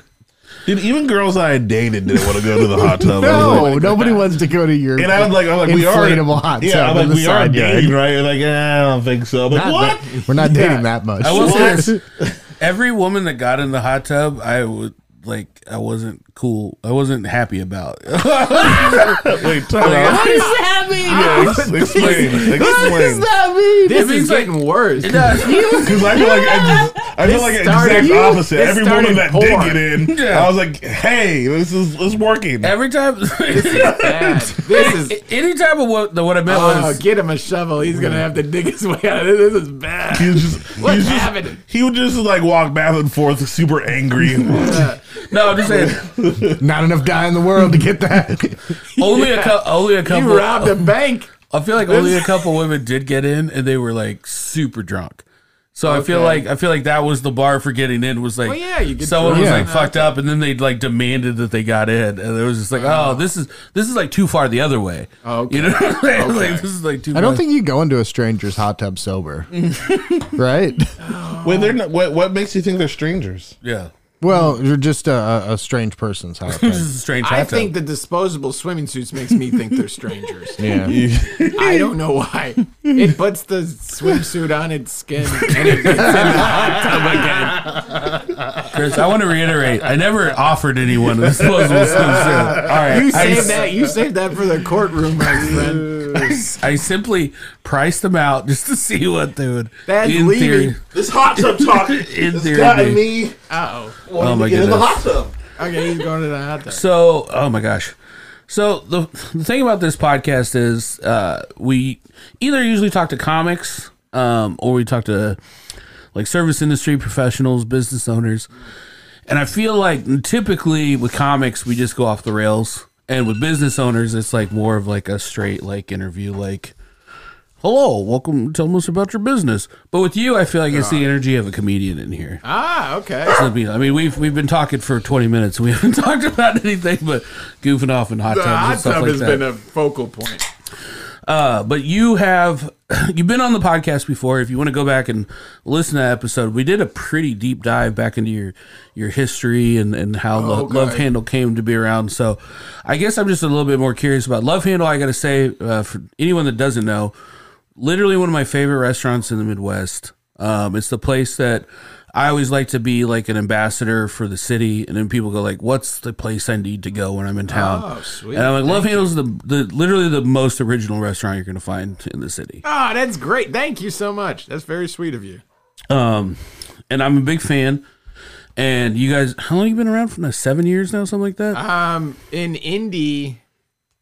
Speaker 1: Dude, even girls I dated didn't want to go to the hot tub. I was like-
Speaker 4: no, nobody wants to go to your
Speaker 1: and I was like, I'm like, we are
Speaker 4: inflatable hot tub.
Speaker 1: Yeah, I'm
Speaker 4: in
Speaker 1: like,
Speaker 4: the
Speaker 1: we are
Speaker 4: side yard.
Speaker 1: dating, right? You're like, eh, I don't think so. I'm like,
Speaker 4: Not
Speaker 1: what?
Speaker 4: that- we're not dating that much.
Speaker 2: I will say this: every woman that got in the hot tub, I would like. I wasn't cool. I wasn't happy about.
Speaker 1: Wait, time out.
Speaker 2: is happening?
Speaker 1: Yes, explain. Explain.
Speaker 5: This
Speaker 2: means,
Speaker 5: is
Speaker 2: like-
Speaker 5: getting worse.
Speaker 1: Because I feel like I, just, I feel like
Speaker 5: started-
Speaker 1: exact opposite.
Speaker 5: this
Speaker 1: Every
Speaker 5: started
Speaker 1: woman that did
Speaker 5: porn.
Speaker 1: get in,
Speaker 2: Yeah.
Speaker 1: I was like, hey, this is this is working.
Speaker 2: Every time,
Speaker 5: Bad. This is.
Speaker 2: any time of what the, what I meant
Speaker 5: Oh,
Speaker 2: was
Speaker 5: get him a shovel. He's gonna have to dig his way out. of This This is bad.
Speaker 1: He was just, he
Speaker 5: What's
Speaker 1: was just-
Speaker 5: happening?
Speaker 1: he would just like walk back and forth, super angry.
Speaker 2: no. I'm just saying,
Speaker 4: Not enough dye in the world to get that.
Speaker 2: only a cou- only a couple.
Speaker 5: You robbed a bank.
Speaker 2: I feel like only a couple women did get in, and they were like super drunk. So I feel
Speaker 5: Okay.
Speaker 2: like I feel like that was the bar for getting in was like
Speaker 5: Well, yeah, you get
Speaker 2: someone
Speaker 5: thrown
Speaker 2: was
Speaker 4: in
Speaker 2: like
Speaker 5: and
Speaker 2: fucked up and then they like demanded that they got in and it was just like oh this is this is like too far the other way
Speaker 5: Okay.
Speaker 2: you know what I'm saying?
Speaker 5: Okay.
Speaker 2: like this is like too
Speaker 4: I don't
Speaker 2: far-
Speaker 4: think you go into a stranger's hot tub sober, right?
Speaker 1: Wait, they're not. What, what makes you think they're strangers?
Speaker 2: yeah
Speaker 4: Well, you're just a, a- a strange person's hot tub.
Speaker 2: this is a strange
Speaker 5: I
Speaker 2: hot tub.
Speaker 5: think the disposable swimming suits makes me think they're strangers.
Speaker 4: Yeah,
Speaker 5: I don't know why. It puts the swimsuit on its skin and it gets in the hot tub again.
Speaker 2: Chris, I want to reiterate, I never offered anyone a disposable swimsuit. All right.
Speaker 5: You
Speaker 2: I,
Speaker 5: saved that. You saved that for the courtroom, my friend.
Speaker 2: I simply priced them out just to see what they would.
Speaker 5: That's leaving.
Speaker 1: This hot tub talk
Speaker 2: In
Speaker 1: has
Speaker 2: theory.
Speaker 1: gotten me
Speaker 5: Uh oh.
Speaker 1: wanting
Speaker 2: my
Speaker 1: to get in the
Speaker 2: goodness.
Speaker 1: hot tub.
Speaker 5: Okay, he's going to the hot tub.
Speaker 2: So, oh my gosh. So the, the thing about this podcast is uh, we either usually talk to comics um, or we talk to like service industry professionals, business owners. And I feel like typically with comics, we just go off the rails. And with business owners, it's like more of like a straight like interview, like, hello, welcome, tell us about your business. But with you, I feel like it's the energy of a comedian in here.
Speaker 5: Ah, okay.
Speaker 2: I mean, I mean, we've we've been talking for 20 minutes. We haven't talked about anything but goofing off in hot
Speaker 5: The
Speaker 2: tubs
Speaker 5: Ah, hot
Speaker 2: and stuff
Speaker 5: tub
Speaker 2: like
Speaker 5: has
Speaker 2: that.
Speaker 5: been a focal point.
Speaker 2: Uh, but you have you've been on the podcast before. If you want to go back and listen to that episode, we did a pretty deep dive back into your your history and and how Lo-
Speaker 5: Okay.
Speaker 2: Love Handle came to be around. So, I guess I'm just a little bit more curious about Love Handle. I got to say, uh, for anyone that doesn't know, literally one of my favorite restaurants in the Midwest. Um, it's the place that I always like to be like an ambassador for the city, and then people go like, "What's the place I need to go when I'm in town?"
Speaker 5: Oh, sweet.
Speaker 2: And I'm like, Love Handle's the, the literally the most original restaurant you're gonna find in the city.
Speaker 5: Oh, that's great. Thank you so much. That's very sweet of you.
Speaker 2: Um, and I'm a big fan. And you guys, how long you been around for now? Seven years now, something like that.
Speaker 5: Um, in Indy,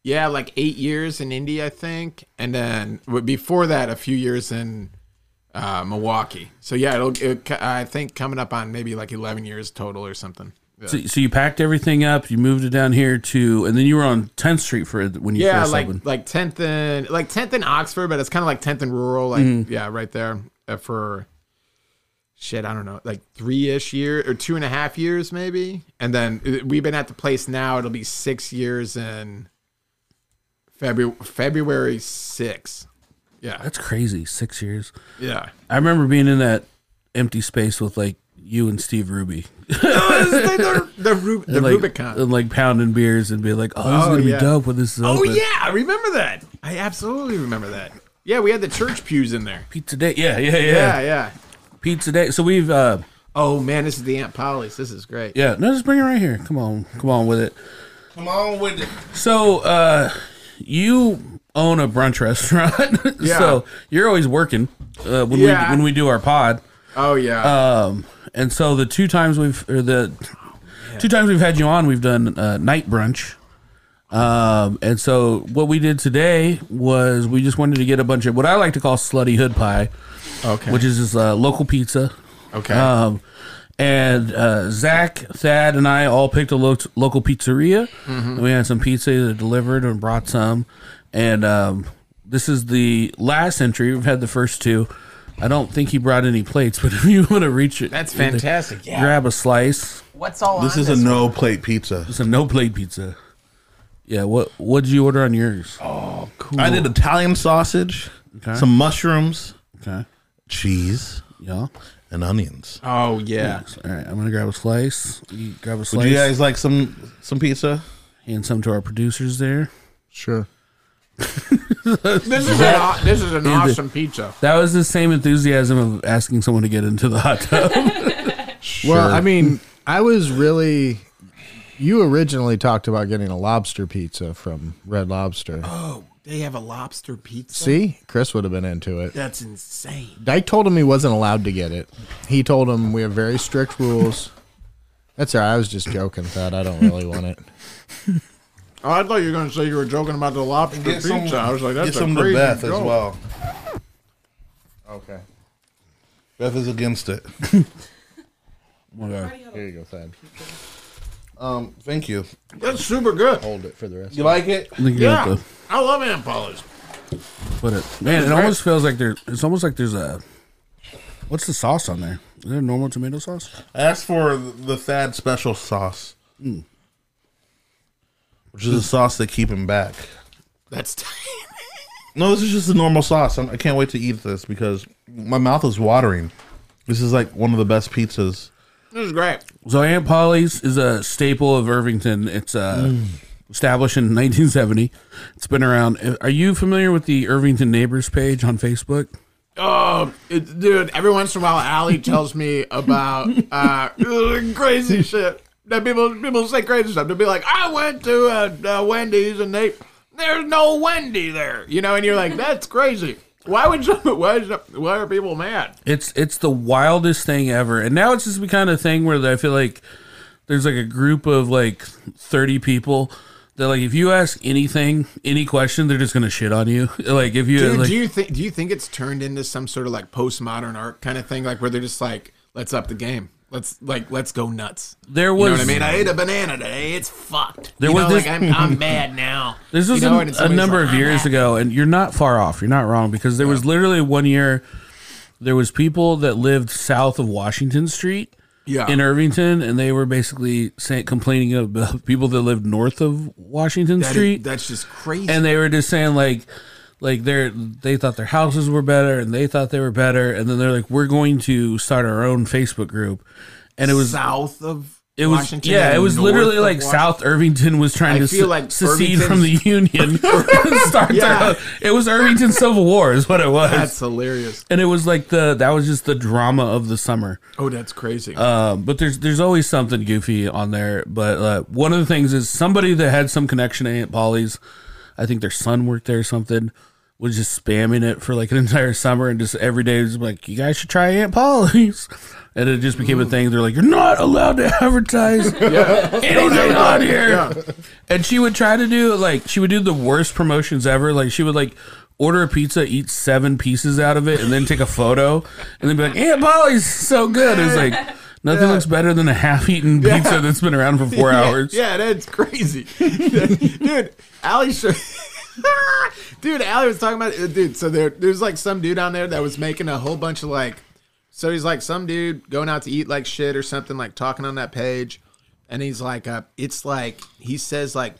Speaker 5: yeah, like eight years in Indy, I think, and then w- before that, a few years in uh, Milwaukee. So yeah, it'll, it, co- I think coming up on maybe like eleven years total or something. Yeah,
Speaker 2: So, so you packed everything up, you moved it down here to, and then you were on 10th Street for when you
Speaker 5: yeah
Speaker 2: first
Speaker 5: like
Speaker 2: opened.
Speaker 5: like tenth and like tenth in Oxford, but it's kind of like tenth and rural, like yeah, right there uh, for shit. I don't know, like three ish year or two and a half years maybe, and then uh, we've been at the place now. It'll be six years in February February sixth. Yeah,
Speaker 2: That's crazy. Six years.
Speaker 5: yeah.
Speaker 2: I remember being in that empty space with like you and Steve Ruby,
Speaker 5: Oh, the the, Ru- the
Speaker 2: and, like,
Speaker 5: Rubicon.
Speaker 2: and like pounding beers and being like, "Oh, this is
Speaker 5: Oh,
Speaker 2: gonna
Speaker 5: yeah.
Speaker 2: be dope when this is
Speaker 5: oh
Speaker 2: open."
Speaker 5: yeah, I remember that. I absolutely remember that. Yeah, we had the church pews in there.
Speaker 2: pizza day. Yeah, yeah, yeah,
Speaker 5: Yeah, yeah.
Speaker 2: pizza day. So we've. uh
Speaker 5: Oh man, this is the Aunt Polly's. This is great.
Speaker 2: Yeah, no, just bring it right here. Come on, come on with it.
Speaker 1: Come on with it.
Speaker 2: So, uh, you own a brunch restaurant,
Speaker 5: Yeah.
Speaker 2: so you're always working uh, when
Speaker 5: Yeah.
Speaker 2: we when we do our pod.
Speaker 5: Oh yeah.
Speaker 2: Um, and so the two times we've or the two times we've had you on, we've done uh, night brunch. Um, and so what we did today was we just wanted to get a bunch of what I like to call slutty hood pie,
Speaker 5: okay.
Speaker 2: which is just uh, local pizza.
Speaker 5: okay.
Speaker 1: Uh,
Speaker 2: Um, and uh, Zach, Thad, and I all picked a lo- local pizzeria.
Speaker 5: Mm-hmm.
Speaker 2: And we had some pizza that delivered and brought some. And um, this is the last entry. We've had the first two. I don't think he brought any plates, but if you want to reach it,
Speaker 5: That's fantastic. Yeah.
Speaker 2: Grab a slice.
Speaker 6: What's all
Speaker 1: This
Speaker 6: on
Speaker 1: is a no plate pizza.
Speaker 2: It's a no plate pizza. Yeah. What What did you order on yours?
Speaker 1: Oh. I did Italian sausage,
Speaker 2: Okay.
Speaker 1: some mushrooms,
Speaker 2: Okay.
Speaker 1: cheese,
Speaker 2: Yeah.
Speaker 1: and onions.
Speaker 5: Oh yeah.
Speaker 2: All right. I'm gonna grab a slice. You grab a
Speaker 1: Would
Speaker 2: slice.
Speaker 1: you guys like some some pizza?
Speaker 2: hand some to our producers there.
Speaker 4: sure.
Speaker 5: This is an, aw- this is an awesome pizza.
Speaker 2: That was the same enthusiasm of asking someone to get into the hot tub. Oh
Speaker 4: Well, I mean, I was really. You originally talked about getting a lobster pizza from Red Lobster.
Speaker 5: Oh, They have a lobster pizza.
Speaker 4: See, Chris would have been into it.
Speaker 5: That's insane.
Speaker 4: Dyke told him he wasn't allowed to get it. He told him we have very strict rules. That's all right. I was just joking, Thad. I don't really want it.
Speaker 5: Oh, I thought you were going to say you were joking about the lobster pizza. I was like, that's
Speaker 1: get
Speaker 5: a
Speaker 1: some to
Speaker 5: crazy
Speaker 1: Beth as
Speaker 5: joke.
Speaker 1: well.
Speaker 4: Okay.
Speaker 1: Beth is against it.
Speaker 4: Here you go, Thad.
Speaker 1: Um, thank you.
Speaker 5: That's super good.
Speaker 4: Hold it for the rest.
Speaker 1: You like it?
Speaker 2: I think you have
Speaker 5: Yeah, I love Aunt Polly's.
Speaker 2: to put it. Man, it almost feels like there. It's almost like there's a
Speaker 6: What's the sauce on there? Is it a normal tomato sauce?
Speaker 1: I asked for the Thad special sauce,
Speaker 5: Hmm.
Speaker 1: which is a sauce that keep him back.
Speaker 5: That's
Speaker 1: No, this is just a normal sauce. I'm, I can't wait to eat this because my mouth is watering. This is like one of the best pizzas.
Speaker 5: this is great.
Speaker 2: So Aunt Polly's is a staple of Irvington. It's uh, established in 1970. It's been around. Are you familiar with the Irvington Neighbors page on Facebook?
Speaker 5: Oh, it, dude! Every once in a while, Allie tells me about uh, crazy shit that people people say crazy stuff. They'll be like, "I went to uh, uh, Wendy's and they there's no Wendy there," you know, and you're like, "That's crazy." Why would some, why, is, why are people mad?
Speaker 2: It's it's the wildest thing ever. And now it's just the kind of thing where I feel like there's like a group of like 30 people that like if you ask anything, any question, they're just gonna shit on you. Like if you
Speaker 5: Dude,
Speaker 2: like,
Speaker 5: do you think do you think it's turned into some sort of like postmodern art kind of thing, like where they're just like, "Let's up the game. Let's like let's go nuts."
Speaker 2: there
Speaker 5: You
Speaker 2: was
Speaker 5: know what I mean? I ate a banana today. It's fucked.
Speaker 2: There
Speaker 5: you
Speaker 2: was
Speaker 5: know,
Speaker 2: this-
Speaker 5: like I'm, I'm mad now.
Speaker 2: This
Speaker 5: You
Speaker 2: was
Speaker 5: know,
Speaker 2: an-
Speaker 5: and
Speaker 2: a
Speaker 5: somebody's
Speaker 2: number
Speaker 5: like,
Speaker 2: of
Speaker 5: "I'm
Speaker 2: years
Speaker 5: mad."
Speaker 2: ago, and you're not far off. You're not wrong because there was literally one year there was people that lived south of Washington Street
Speaker 5: Yeah.
Speaker 2: in Irvington, and they were basically saying, complaining about people that lived north of Washington
Speaker 5: That is-
Speaker 2: Street,
Speaker 5: that's just crazy.
Speaker 2: and they were just saying like. Like they they thought their houses were better, and they thought they were better, and then they're like, "We're going to start our own Facebook group," and it was
Speaker 5: south of
Speaker 2: it was
Speaker 5: Washington
Speaker 2: yeah,
Speaker 5: and
Speaker 2: it was
Speaker 5: north
Speaker 2: literally
Speaker 5: of
Speaker 2: like
Speaker 5: Wash-
Speaker 2: South Irvington was trying
Speaker 5: I
Speaker 2: to
Speaker 5: feel
Speaker 2: se-
Speaker 5: like
Speaker 2: secede from the
Speaker 5: Irvington's-
Speaker 2: Union. Start their
Speaker 5: Yeah.
Speaker 2: own- It was Irvington Civil War is what it was,
Speaker 5: That's hilarious.
Speaker 2: and it was like the that was just the drama of the summer.
Speaker 5: Oh, that's crazy.
Speaker 2: Um, but there's there's always something goofy on there. But uh, one of the things is somebody that had some connection to Aunt Polly's, I think their son worked there or something, was just spamming it for like an entire summer and just every day was like, you guys should try Aunt Polly's. And it just became a thing. They're like, you're not allowed to advertise anything on here. And she would try to do like she would do the worst promotions ever. Like she would like order a pizza, eat seven pieces out of it, and then take a photo, and then be like, "Aunt Polly's so good." It was like nothing looks better than a half-eaten pizza that's been around for four
Speaker 5: yeah,
Speaker 2: hours.
Speaker 5: Yeah, that's crazy, dude. Ali sure. dude, Ali was talking about uh, dude. So there, there's like some dude on there that was making a whole bunch of like. So he's like some dude going out to eat like shit or something, like talking on that page, and he's like, uh, it's like he says like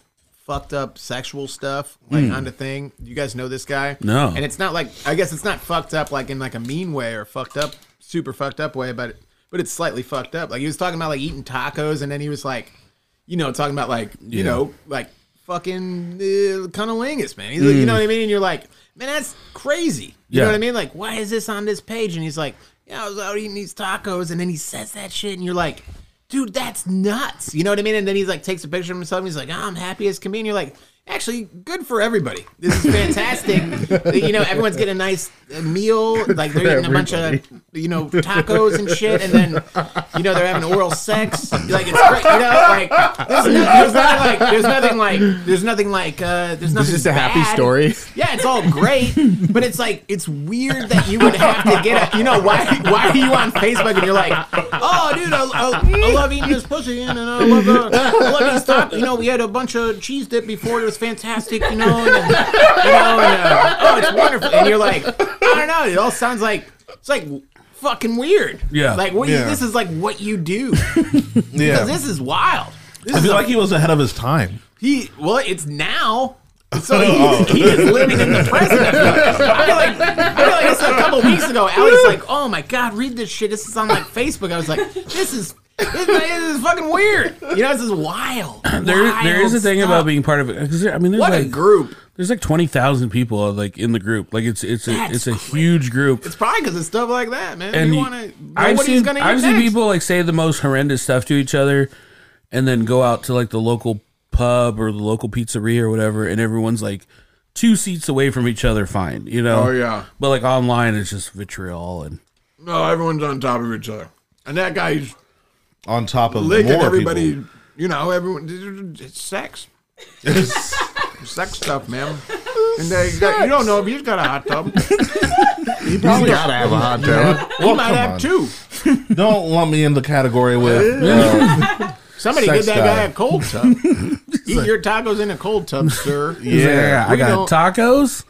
Speaker 5: fucked up sexual stuff like on the thing. You guys know this guy?
Speaker 2: Hmm. No.
Speaker 5: And it's not like I guess it's not fucked up like in like a mean way or fucked up super fucked up way, but but it's slightly fucked up. Like he was talking about like eating tacos, and then he was like, you know, talking about like you know like fucking uh, cunnilingus, man. He's like, you know what I mean? And you're like, man, that's crazy. You know
Speaker 2: Yeah.
Speaker 5: what I mean? Like, why is this on this page? And he's like, yeah, I was out eating these tacos, and then he says that shit, and you're like. Dude, that's nuts. You know what I mean? And then he's like takes a picture of himself and he's like, oh, I'm happy as can be. And you're like, actually, good for everybody. This is fantastic. you know, everyone's getting a nice uh, meal. Like they're eating a bunch of you know tacos and shit, and then you know they're having oral sex. Like it's great, you know, like there's, no, there's nothing like there's nothing like there's nothing like uh, there's nothing.
Speaker 4: It's just a happy
Speaker 5: bad.
Speaker 4: story.
Speaker 5: Yeah, it's all great, but it's like it's weird that you would have to get a. You know why? Why are you on Facebook and you're like, oh, dude, I, I, I love eating this pussy and, and I love uh, I love these stuff. You know, we had a bunch of cheese dip before it was fantastic. You know, and, uh, you know, and, uh, oh, it's wonderful. And you're like, I don't know. It all sounds like it's like fucking weird.
Speaker 2: Yeah.
Speaker 5: like what?
Speaker 1: Yeah.
Speaker 5: You, this is like what you do. Because
Speaker 1: Yeah,
Speaker 5: this is wild. This
Speaker 1: I
Speaker 5: is
Speaker 1: feel
Speaker 5: a-
Speaker 1: like he was ahead of his time.
Speaker 5: he well, it's now. So he, he
Speaker 1: Oh.
Speaker 5: is living in the present. I feel like I feel like it's a couple weeks ago. Ali's like, "Oh my god, read this shit. This is on like Facebook." I was like, "This is this, this is fucking weird. You know, this is wild."
Speaker 2: There, there is a
Speaker 5: Wild
Speaker 2: thing
Speaker 5: stuff.
Speaker 2: about being part of it. 'cause there- I mean, there's
Speaker 5: what
Speaker 2: like
Speaker 5: a group.
Speaker 2: there's like twenty thousand people like in the group. Like it's it's a,
Speaker 5: That's
Speaker 2: it's a huge group.
Speaker 5: It's probably because of stuff like that, man.
Speaker 2: and
Speaker 5: you
Speaker 2: you-
Speaker 5: want to know
Speaker 2: I've
Speaker 5: what
Speaker 2: seen,
Speaker 5: he's going to
Speaker 2: I've
Speaker 5: eat
Speaker 2: seen
Speaker 5: next.
Speaker 2: people like say the most horrendous stuff to each other, and then go out to like the local pub or the local pizzeria or whatever, and everyone's like two seats away from each other. Fine, you know.
Speaker 5: Oh, yeah.
Speaker 2: But like online, it's just vitriol and
Speaker 5: No, everyone's on top of each other, and that guy's
Speaker 1: On top of
Speaker 5: licking
Speaker 1: more
Speaker 5: everybody.
Speaker 1: people.
Speaker 5: You know, everyone. It's sex. sex stuff, man. And they got, you don't know if he's got a hot tub.
Speaker 4: You probably gotta have a hot tub.
Speaker 5: he might
Speaker 1: come
Speaker 5: have
Speaker 1: on.
Speaker 5: two.
Speaker 1: Don't lump me in the category with uh,
Speaker 5: Somebody
Speaker 1: Sex
Speaker 5: give that
Speaker 1: guy.
Speaker 5: guy a cold tub. Eat your tacos in a cold tub, sir.
Speaker 1: yeah.
Speaker 2: I got
Speaker 5: don't-
Speaker 2: tacos.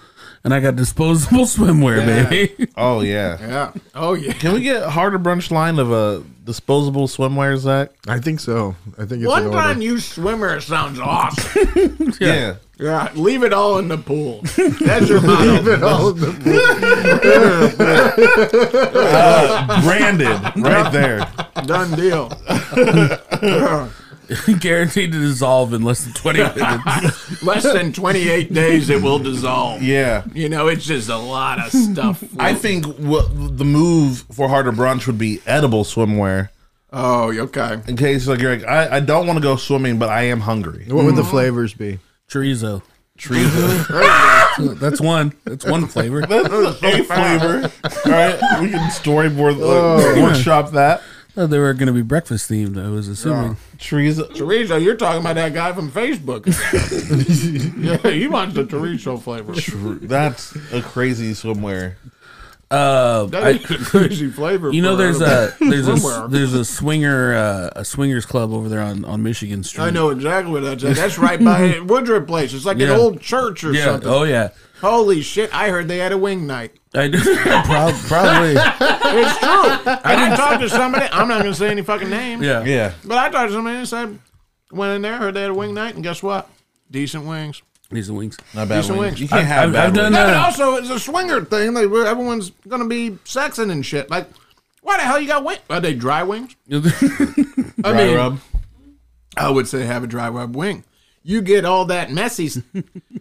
Speaker 2: and I got disposable swimwear,
Speaker 5: Yeah.
Speaker 2: baby.
Speaker 1: Oh yeah.
Speaker 5: Yeah. Oh yeah.
Speaker 1: Can we get harder brunch line of a disposable swimwear, Zach?
Speaker 4: I think so. I think it's
Speaker 5: One
Speaker 4: One
Speaker 5: time you swimmer sounds awesome.
Speaker 1: Yeah.
Speaker 5: yeah. Leave it all in the pool. That's your motto.
Speaker 1: Branded right there.
Speaker 5: Done deal.
Speaker 2: Guaranteed to dissolve in less than twenty minutes.
Speaker 5: Less than 28 days, it will dissolve.
Speaker 1: Yeah.
Speaker 5: You know, it's just a lot of stuff.
Speaker 1: I think what the move for harder brunch would be edible swimwear.
Speaker 5: oh, okay.
Speaker 1: In case like you're like, I, I don't want to go swimming, but I am hungry.
Speaker 4: What would the flavors be?
Speaker 2: Chorizo. Chorizo. That's one. That's one flavor.
Speaker 1: A flavor. Oh. All right. We can storyboard like, workshop that.
Speaker 2: thought Uh, they were going to be breakfast themed. I was assuming.
Speaker 1: Chorizo.
Speaker 5: Chorizo, you're talking about that guy from Facebook. yeah, he wants the chorizo flavor.
Speaker 1: That's a crazy swimwear.
Speaker 2: Uh,
Speaker 5: That
Speaker 2: I-
Speaker 5: is a crazy flavor.
Speaker 2: you know,
Speaker 5: for
Speaker 2: there's a there's a
Speaker 5: swimwear.
Speaker 2: there's a swinger uh, a swingers club over there on, on Michigan Street.
Speaker 5: I know exactly what that's. at. That's right by Woodruff Place. It's like
Speaker 2: Yeah.
Speaker 5: an old church or
Speaker 2: Yeah.
Speaker 5: something.
Speaker 2: Oh yeah.
Speaker 5: Holy shit! I heard they had a wing night.
Speaker 2: I do.
Speaker 6: Prob- probably.
Speaker 5: It's true. I, I talked to somebody. I'm not gonna say any fucking name.
Speaker 2: Yeah.
Speaker 1: Yeah.
Speaker 5: But I talked to somebody and said, went in there, heard they had a wing night, and guess what? Decent wings.
Speaker 2: These are wings.
Speaker 1: Not bad
Speaker 5: Decent
Speaker 1: wings.
Speaker 5: wings.
Speaker 1: You can't
Speaker 2: I've-
Speaker 1: have
Speaker 2: I've-
Speaker 1: bad
Speaker 2: I've done
Speaker 1: wings.
Speaker 5: No, but
Speaker 2: Yeah.
Speaker 5: also it's a swinger thing. Like where everyone's gonna be sexing and shit. Like, why the hell you got wings? Are they dry wings? I
Speaker 1: Dry
Speaker 5: mean,
Speaker 1: rub.
Speaker 5: I would say have a dry rub wing. You get all that messy. s-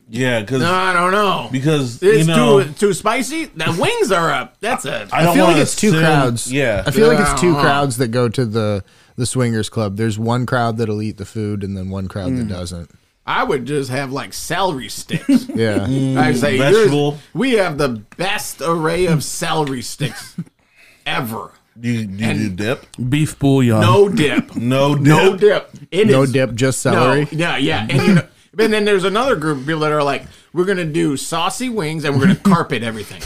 Speaker 1: Yeah, because
Speaker 5: I don't know.
Speaker 1: because you
Speaker 5: it's
Speaker 1: know
Speaker 5: too too spicy. The wings are up. That's it.
Speaker 1: I don't
Speaker 4: I feel like
Speaker 1: wanna
Speaker 4: it's two
Speaker 1: assume-
Speaker 4: crowds.
Speaker 1: Yeah,
Speaker 4: I feel like it's two
Speaker 5: Yeah.
Speaker 4: crowds that go to the the swingers club. There's one crowd that'll eat the food, and then one crowd that doesn't.
Speaker 5: I would just have like celery sticks.
Speaker 4: Yeah,
Speaker 5: I say "Here's-
Speaker 1: vegetable.
Speaker 5: We have the best array of celery sticks ever.
Speaker 1: Do you, do, you do
Speaker 5: And-
Speaker 1: dip?
Speaker 2: Beef bouillon.
Speaker 5: No dip.
Speaker 1: No dip.
Speaker 5: No dip. It
Speaker 4: no
Speaker 5: is-
Speaker 4: dip, just
Speaker 5: No,
Speaker 4: celery.
Speaker 5: yeah, yeah. And, you know, and then there's another group of people that are like, we're gonna do saucy wings and we're gonna carpet everything.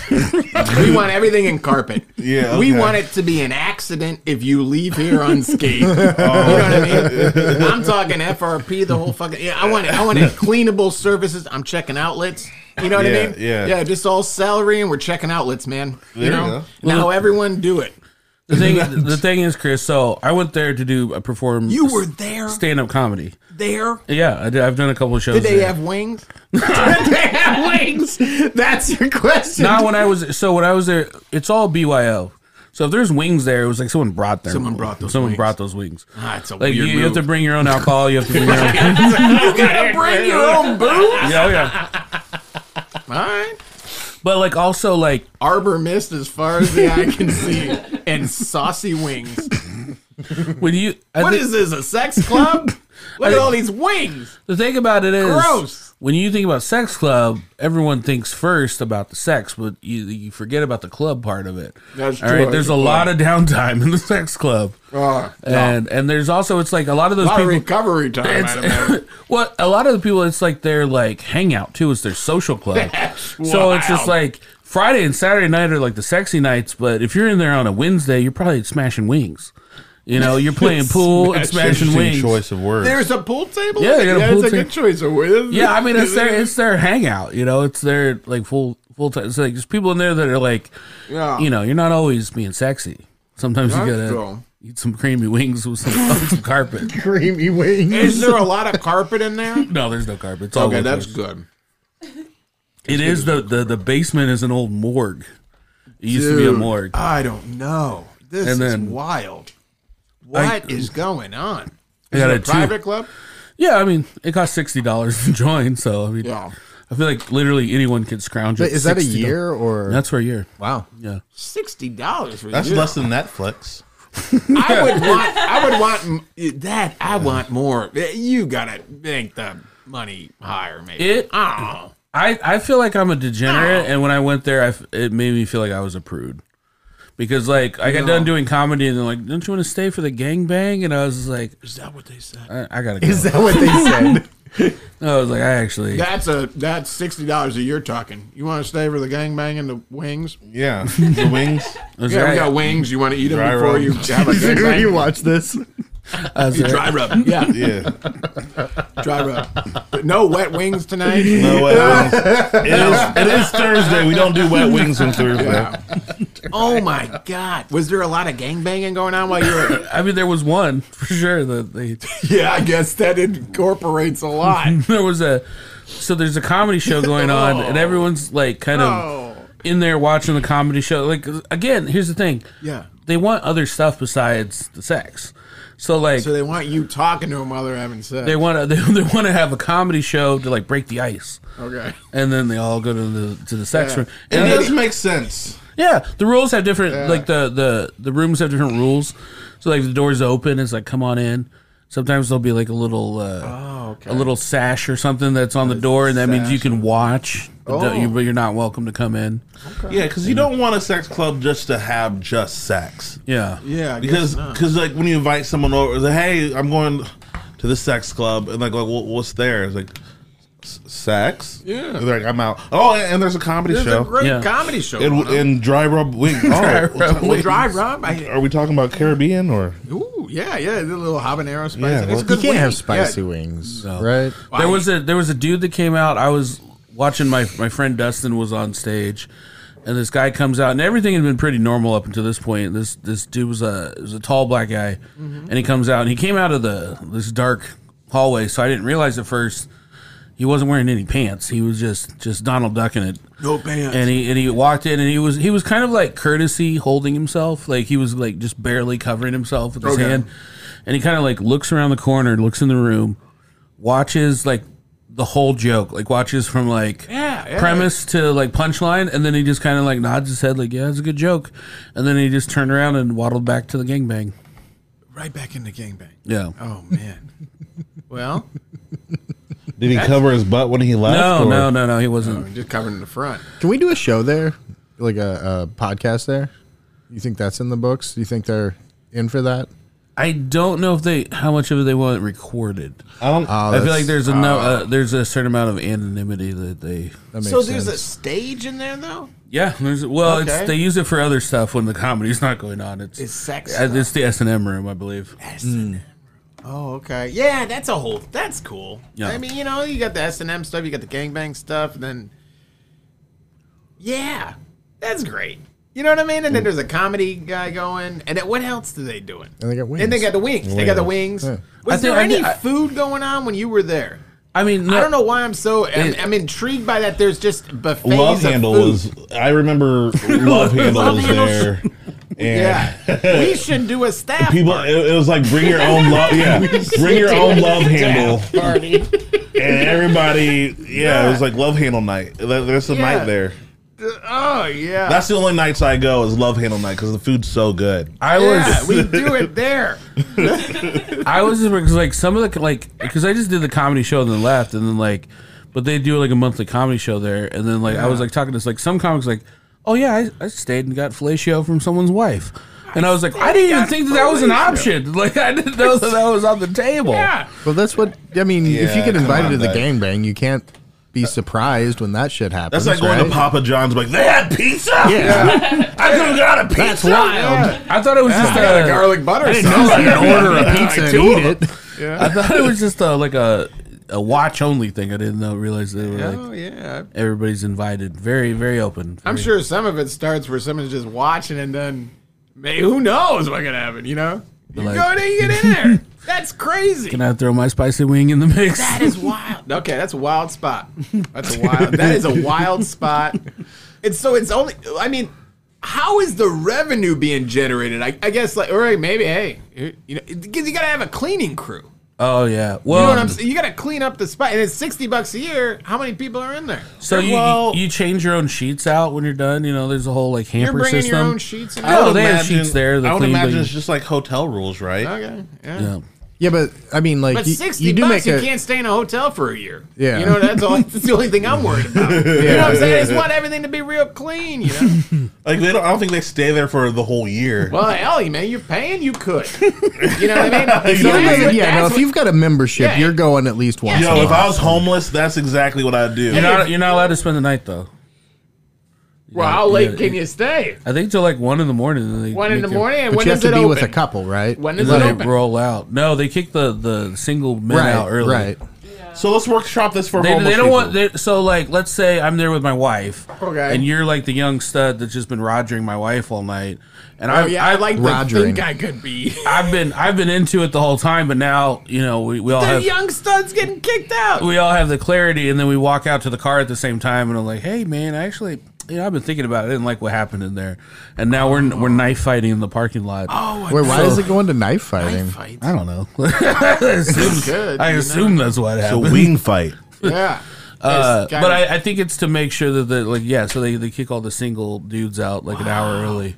Speaker 5: we want everything in carpet.
Speaker 1: Yeah,
Speaker 5: We
Speaker 1: okay.
Speaker 5: want it to be an accident if you leave here unscathed. You know what I
Speaker 1: Oh.
Speaker 5: mean? I'm talking FRP, the whole fucking. Yeah, I want it. I want it cleanable surfaces. I'm checking outlets. You know what
Speaker 1: Yeah,
Speaker 5: I mean?
Speaker 1: yeah.
Speaker 5: Yeah, just all celery and we're checking outlets, man.
Speaker 1: There you
Speaker 5: you know?
Speaker 1: go.
Speaker 5: Now everyone do it.
Speaker 2: The thing, the thing is, Chris. So I went there to do a perform.
Speaker 5: You were there.
Speaker 2: stand up comedy.
Speaker 5: There.
Speaker 2: Yeah, I did, I've done a couple of shows.
Speaker 5: Did they
Speaker 2: there.
Speaker 5: have wings? Did they have wings? That's your question.
Speaker 2: Not when I was. So when I was there, it's all BYO. So if there's wings there, it was like someone brought them.
Speaker 5: Someone brought those
Speaker 2: Someone
Speaker 5: wings.
Speaker 2: brought those wings.
Speaker 5: Ah, it's a
Speaker 2: Like you,
Speaker 5: weird
Speaker 2: you have
Speaker 5: move.
Speaker 2: to bring your own alcohol. You have to bring your own.
Speaker 5: you gotta bring your own booze.
Speaker 2: yeah, oh, yeah.
Speaker 5: All right.
Speaker 2: But like also like
Speaker 5: Arbor mist as far as the eye can see, and saucy wings.
Speaker 2: when you. I
Speaker 5: What
Speaker 2: thi-
Speaker 5: is this? A sex club? Look at all these wings.
Speaker 2: The thing about it is,
Speaker 5: Gross.
Speaker 2: when you think about sex club, everyone thinks first about the sex, but you, you forget about the club part of it.
Speaker 5: That's
Speaker 2: All right,
Speaker 5: true.
Speaker 2: there's a
Speaker 5: That's
Speaker 2: lot of downtime in the sex club,
Speaker 5: Oh,
Speaker 2: and and there's also it's like a lot of those
Speaker 5: lot of
Speaker 2: people.
Speaker 5: recovery time.
Speaker 2: it's-
Speaker 5: I'd imagine.
Speaker 2: well, a lot of the people, it's like their like hangout too. It's their social club. so it's
Speaker 5: wild.
Speaker 2: just like Friday and Saturday night are like the sexy nights. But if you're in there on a Wednesday, you're probably smashing wings. You know, you're playing pool and smashing wings.
Speaker 1: choice of words.
Speaker 5: There's a pool table.
Speaker 2: Yeah, they got a
Speaker 5: yeah
Speaker 2: pool
Speaker 5: it's a
Speaker 2: table.
Speaker 5: good choice of words.
Speaker 2: Yeah, I mean it's their it's their hangout. You know, it's their like full full time. It's like there's people in there that are like,
Speaker 5: Yeah.
Speaker 2: you know, you're not always being sexy. Sometimes you
Speaker 5: That's
Speaker 2: gotta
Speaker 5: cool.
Speaker 2: eat some creamy wings with some, on some carpet.
Speaker 4: Creamy wings.
Speaker 5: Is there a lot of carpet in there?
Speaker 2: No, Oh, there's no carpet. It's all
Speaker 5: Okay,
Speaker 2: wood
Speaker 5: that's
Speaker 2: floors.
Speaker 5: good.
Speaker 2: it is the, the the basement is an old morgue. It used to be a
Speaker 5: Dude, Uh,
Speaker 2: morgue.
Speaker 5: I don't know. This
Speaker 2: And
Speaker 5: is
Speaker 2: then-
Speaker 5: wild. What is going on?
Speaker 2: I
Speaker 5: Is
Speaker 2: got
Speaker 5: it
Speaker 2: a
Speaker 5: a
Speaker 2: two-
Speaker 5: private club?
Speaker 2: Yeah, I mean it costs sixty dollars to join, so I mean,
Speaker 5: Yeah.
Speaker 2: I feel like literally anyone can scrounge.
Speaker 4: But
Speaker 2: at
Speaker 4: is that a
Speaker 2: $60.
Speaker 4: year or
Speaker 2: That's for a year.
Speaker 4: wow?
Speaker 2: Yeah,
Speaker 5: Sixty dollars for
Speaker 1: That's
Speaker 5: you.
Speaker 1: less than Netflix.
Speaker 5: I would want. I would want m- that. I want more. You gotta make the money higher, maybe. Oh.
Speaker 2: It-
Speaker 5: I
Speaker 2: I, I feel like I'm a degenerate, and when I went there, I f it made me feel like I was a prude because like I got done doing comedy, and they're like, "Don't you want to stay for the gangbang?" And I was just like,
Speaker 5: is that what they said?
Speaker 2: "I, I gotta go."
Speaker 4: Is that what they said?
Speaker 2: I was like, "I actually."
Speaker 5: That's a that's sixty dollars a year talking. You want to stay for the gangbang and the wings?
Speaker 1: Yeah, the wings.
Speaker 2: I was
Speaker 5: Yeah,
Speaker 2: like,
Speaker 5: we
Speaker 2: I-
Speaker 5: got wings. You want to eat them
Speaker 1: Dry
Speaker 5: before
Speaker 1: rub.
Speaker 5: you have a
Speaker 4: Did
Speaker 5: gangbang?
Speaker 4: you watch this?
Speaker 5: Uh, so-
Speaker 6: Dry rub.
Speaker 5: Yeah,
Speaker 1: Yeah.
Speaker 5: dry rub. But no wet wings tonight.
Speaker 1: No wet wings. It is, it is Thursday. We don't do wet wings on Thursday.
Speaker 5: Oh my God! Was there a lot of gangbanging going on while you were?
Speaker 2: I mean, there was one for sure that they
Speaker 5: yeah, I guess that incorporates a lot.
Speaker 2: there was a so there's a comedy show going on and everyone's like kind of
Speaker 5: Oh.
Speaker 2: in there watching the comedy show. Like again, here's the thing.
Speaker 5: Yeah.
Speaker 2: They want other stuff besides the sex. So like
Speaker 5: So they want you talking to them while they're having sex.
Speaker 2: they want to they, they want to have a comedy show to like break the ice.
Speaker 5: okay.
Speaker 2: And then they all go to the to the sex
Speaker 5: Yeah.
Speaker 2: room.
Speaker 1: It
Speaker 2: And
Speaker 1: does make sense.
Speaker 2: Yeah, the rules have different. Like the the the rooms have different rules. So like the doors open, it's like come on in. Sometimes there'll be like a little uh,
Speaker 5: Oh.
Speaker 2: a little sash or something that's on the door, and that means you can watch. but don't- you- but you're not welcome to come in.
Speaker 1: Yeah, because you don't want a sex club just to have just sex.
Speaker 2: Yeah,
Speaker 5: Yeah. I guess
Speaker 1: Because
Speaker 5: not.
Speaker 1: cause like when you invite someone over, it's like, hey, I'm going to the sex club, and like, like "What- what's there? It's like s- sex.
Speaker 5: Yeah.
Speaker 1: And they're like I'm out. Oh, and, and there's a comedy
Speaker 5: There's
Speaker 1: show
Speaker 5: a great
Speaker 2: Yeah.
Speaker 5: comedy show.
Speaker 1: and,
Speaker 5: going on.
Speaker 1: and dry rub wings. Oh,
Speaker 5: well, dry rub. I,
Speaker 1: Are we talking about Caribbean or
Speaker 5: ooh, yeah, yeah. The little habanero spice.
Speaker 1: Yeah,
Speaker 5: it's
Speaker 1: well-
Speaker 5: a
Speaker 4: You
Speaker 5: good
Speaker 4: can't have
Speaker 5: wing.
Speaker 4: spicy
Speaker 5: Yeah.
Speaker 4: wings, right?
Speaker 2: there was a there was a dude that came out. I was watching my my friend Dustin was on stage, and this guy comes out, and everything had been pretty normal up until this point. This this dude was a was a tall black guy, and he comes out, and he came out of the this dark hallway. So I didn't realize at first he wasn't wearing any pants. He was just just Donald ducking it.
Speaker 5: No pants.
Speaker 2: And he and he walked in and he was he was kind of like courtesy holding himself, like he was like just barely covering himself with his
Speaker 5: Okay.
Speaker 2: hand. And he kind of like looks around the corner, looks in the room, watches like the whole joke, like watches from like
Speaker 5: Yeah, yeah.
Speaker 2: premise to like punchline, and then he just kind of like nods his head, like yeah, it's a good joke, and then he just turned around and waddled back to the gangbang.
Speaker 5: right back in the gangbang.
Speaker 2: Yeah.
Speaker 5: Oh man. well,
Speaker 1: did he cover his butt when he left?
Speaker 2: No,
Speaker 1: or-
Speaker 2: no, no, no. He wasn't.
Speaker 5: I'm just covering the front.
Speaker 4: Can we do a show there, like a, a podcast there? You think that's in the books? Do you think they're in for that?
Speaker 2: I don't know if they how much of it they want recorded.
Speaker 5: Oh,
Speaker 1: I don't.
Speaker 2: I feel like there's a no, uh, there's a certain amount of anonymity that they.
Speaker 4: That makes
Speaker 5: So
Speaker 4: sense.
Speaker 5: there's a stage in there though.
Speaker 2: Yeah, there's well,
Speaker 5: Okay.
Speaker 2: it's they use it for other stuff when the comedy's not going on. It's
Speaker 5: It's sex
Speaker 2: uh, It's the S and M room, I believe.
Speaker 5: Oh, okay. Yeah, that's a whole. That's cool.
Speaker 2: Yeah.
Speaker 5: I mean, you know, you got the S and M stuff, you got the gangbang stuff, and then yeah, that's great. You know what I mean? And then there's a comedy guy going, and then what else are they doing?
Speaker 4: And they got wings.
Speaker 5: And they got the wings. They got the wings. Was
Speaker 2: I
Speaker 5: there
Speaker 2: think- I
Speaker 5: any
Speaker 2: thi- I-
Speaker 5: food going on when you were there?
Speaker 2: I mean,
Speaker 5: I
Speaker 2: no-
Speaker 5: don't know why I'm so. I'm,
Speaker 2: It-
Speaker 5: I'm intrigued by that. There's just buffets.
Speaker 1: Love
Speaker 5: of
Speaker 1: handle
Speaker 5: food.
Speaker 1: was. I remember love handle
Speaker 5: Love
Speaker 1: was
Speaker 5: Handle's-
Speaker 1: there, and
Speaker 5: Yeah, we should do a staff.
Speaker 1: people.
Speaker 5: party.
Speaker 1: It, it was like bring your own love. Yeah, bring your own love handle. And everybody, yeah, it was like love handle night. That- That's the
Speaker 5: Yeah.
Speaker 1: night there.
Speaker 5: oh yeah.
Speaker 1: That's the only nights I go is love handle night because the food's so good.
Speaker 2: I
Speaker 5: yeah,
Speaker 2: was
Speaker 5: we do it there.
Speaker 2: I was just because like some of the like because I just did the comedy show and then left and then like, but they do like a monthly comedy show there and then like I was like talking to like some comics like, oh yeah, I, I stayed and got fellatio from someone's wife. And I was like, I didn't even
Speaker 5: got
Speaker 2: think that that was an
Speaker 5: fellatio.
Speaker 2: option. Like, I didn't know that that was on the table.
Speaker 5: Yeah.
Speaker 4: Well, that's what I mean. if you
Speaker 1: Yeah,
Speaker 4: get
Speaker 1: come
Speaker 4: invited
Speaker 1: on,
Speaker 4: to the
Speaker 1: Dave.
Speaker 4: gangbang, you can't be surprised when that shit happens.
Speaker 1: That's like going to
Speaker 4: right?
Speaker 1: Papa John's. Like they had pizza.
Speaker 4: Yeah.
Speaker 1: I could have got a pizza.
Speaker 4: That's wild.
Speaker 2: I thought it was just a,
Speaker 5: garlic butter
Speaker 4: I didn't know you could order a pizza and
Speaker 1: two
Speaker 4: eat
Speaker 1: of
Speaker 4: it.
Speaker 2: I thought it was just a, like a a watch only thing. I didn't know realize they were
Speaker 5: Oh
Speaker 2: like
Speaker 5: yeah.
Speaker 2: everybody's invited. Very very open.
Speaker 5: I'm sure some of it starts where someone's just watching and then may who knows what could happen, you know? You
Speaker 2: Like-
Speaker 5: go there, you get in there. That's crazy.
Speaker 2: Can I throw my spicy wing in the mix?
Speaker 5: that is wild. Okay, that's a wild spot. That's a wild that is a wild spot. It's so it's only I mean, how is the revenue being generated? I, I guess like all right, maybe hey, you know, because you gotta have a cleaning crew.
Speaker 2: Oh yeah. Well,
Speaker 5: You know what I'm saying? You gotta clean up the spot, and it's sixty bucks a year. How many people are in there?
Speaker 2: so you,
Speaker 1: Well-
Speaker 2: you change your own sheets out when you're done. You know, there's a whole like
Speaker 5: You're
Speaker 2: hamper
Speaker 5: bringing
Speaker 2: system.
Speaker 5: your own sheets. And
Speaker 2: I
Speaker 1: I
Speaker 2: Oh,
Speaker 1: would
Speaker 2: they have
Speaker 1: imagine-
Speaker 2: sheets there, the
Speaker 1: I would
Speaker 2: clean
Speaker 1: imagine
Speaker 2: thing.
Speaker 1: it's just like hotel rules, right?
Speaker 5: Okay. Yeah.
Speaker 2: yeah.
Speaker 4: Yeah, but I mean, like
Speaker 5: But
Speaker 4: you,
Speaker 5: sixty
Speaker 4: you do
Speaker 5: bucks,
Speaker 4: make
Speaker 5: you
Speaker 4: a
Speaker 5: can't stay in a hotel for a year.
Speaker 4: Yeah.
Speaker 5: You know that's all. That's the only thing I'm worried about. You know what I'm saying? I just want everything to be real clean. You know.
Speaker 1: Like they don't. I don't think they stay there for the whole year.
Speaker 5: well, hell, man, you're paying. You could. You know what I mean?
Speaker 1: You know,
Speaker 5: that's
Speaker 1: yeah,
Speaker 5: what-
Speaker 4: yeah. No,
Speaker 5: that's
Speaker 4: if you've got a membership,
Speaker 5: Yeah.
Speaker 4: you're going at least once.
Speaker 1: Yo,
Speaker 4: a
Speaker 1: if I
Speaker 4: month.
Speaker 1: was homeless, that's exactly what I'd do.
Speaker 2: You're not you're not allowed to spend the night though.
Speaker 5: Well, how late can you stay?
Speaker 2: I think till like one in the morning. and they
Speaker 5: One in
Speaker 2: make
Speaker 5: the
Speaker 2: it-
Speaker 5: morning, and
Speaker 4: But
Speaker 5: when
Speaker 4: you have
Speaker 5: does
Speaker 4: to
Speaker 5: it
Speaker 4: be
Speaker 5: open?
Speaker 4: with a couple, right?
Speaker 5: When
Speaker 2: and
Speaker 5: is
Speaker 2: let
Speaker 5: it
Speaker 2: it
Speaker 5: open?
Speaker 2: roll out. No, they kick the the single men
Speaker 4: right,
Speaker 2: out early.
Speaker 4: right.
Speaker 1: So let's workshop this for
Speaker 2: They,
Speaker 1: homeless
Speaker 2: they don't want
Speaker 1: people.
Speaker 2: they, so like let's say I'm there with my wife,
Speaker 5: Okay.
Speaker 2: and you're like the young stud that's just been rogering my wife all night, and I
Speaker 5: Oh yeah, I like to
Speaker 4: Rogering.
Speaker 5: think I could be.
Speaker 2: I've been I've been into it the whole time, but now you know we, we all
Speaker 5: the
Speaker 2: have
Speaker 5: young stud's getting kicked out.
Speaker 2: we all have the clarity, and then we walk out to the car at the same time, and I'm like, hey man, I actually you know I've been thinking about it. I didn't like what happened in there, and now we're we're knife fighting in the parking lot.
Speaker 5: oh,
Speaker 4: Wait, why is it going to knife fighting?
Speaker 5: fight?
Speaker 1: I don't know.
Speaker 5: Good.
Speaker 2: I
Speaker 5: you
Speaker 2: assume that's what
Speaker 1: A
Speaker 2: happened.
Speaker 1: wing fight.
Speaker 5: know? Yeah.
Speaker 2: Uh,
Speaker 5: It's kinda-
Speaker 2: but I, I think it's to make sure that the like yeah, so they, they kick all the single dudes out like an hour early.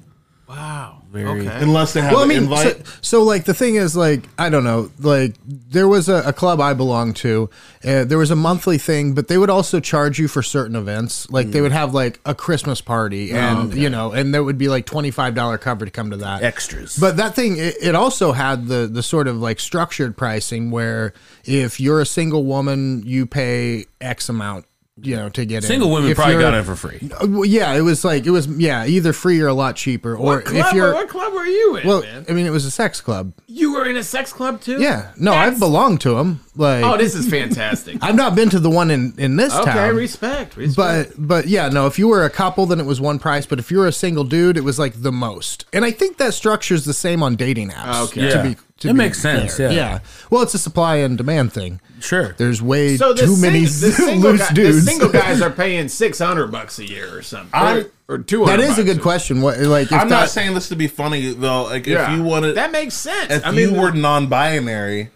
Speaker 5: wow.
Speaker 2: Very-
Speaker 5: okay.
Speaker 1: Unless they have
Speaker 4: Well, I
Speaker 1: an
Speaker 4: mean,
Speaker 1: invite.
Speaker 4: so, so, like the thing is, like I don't know, like there was a, a club I belonged to. Uh, there was a monthly thing, but they would also charge you for certain events. Like they would have like a Christmas party, and you know, and there would be like twenty five dollar cover to come to that.
Speaker 2: Extras.
Speaker 4: But that thing, it, it also had the the sort of like structured pricing where if you're a single woman, you pay X amount. You know, to get
Speaker 2: Single
Speaker 4: in.
Speaker 2: women
Speaker 4: If
Speaker 2: probably
Speaker 4: you're-
Speaker 2: got it for free.
Speaker 4: Uh, well, yeah, it was like it was yeah, either free or a lot cheaper. Or
Speaker 5: What club,
Speaker 4: if you're
Speaker 5: what club were you in,
Speaker 4: well,
Speaker 5: man?
Speaker 4: I mean, it was a sex club.
Speaker 5: You were in a sex club too?
Speaker 4: Yeah, no,
Speaker 5: That's-
Speaker 4: I've belonged to them. Like,
Speaker 5: Oh, this is fantastic.
Speaker 4: I've not been to the one in in this
Speaker 5: okay,
Speaker 4: town.
Speaker 5: respect, respect.
Speaker 4: but but yeah, no. If you were a couple, then it was one price. But if you were a single dude, it was like the most. And I think that structure is the same on dating apps.
Speaker 5: Ah, Okay.
Speaker 2: Yeah. It makes sense, yeah.
Speaker 4: Well, it's a supply and demand thing.
Speaker 2: Sure.
Speaker 4: There's way
Speaker 5: so the
Speaker 4: too
Speaker 5: sing-
Speaker 4: many
Speaker 5: the single
Speaker 4: loose
Speaker 5: guy-
Speaker 4: dudes.
Speaker 5: The single guys are paying six hundred bucks a year or something,
Speaker 1: I'm-
Speaker 5: or two hundred.
Speaker 4: that is a good question. What like if
Speaker 1: I'm
Speaker 4: that,
Speaker 1: not saying this to be funny though. Like if you wanted,
Speaker 5: that makes sense.
Speaker 1: if
Speaker 5: I mean,
Speaker 1: you were non-binary,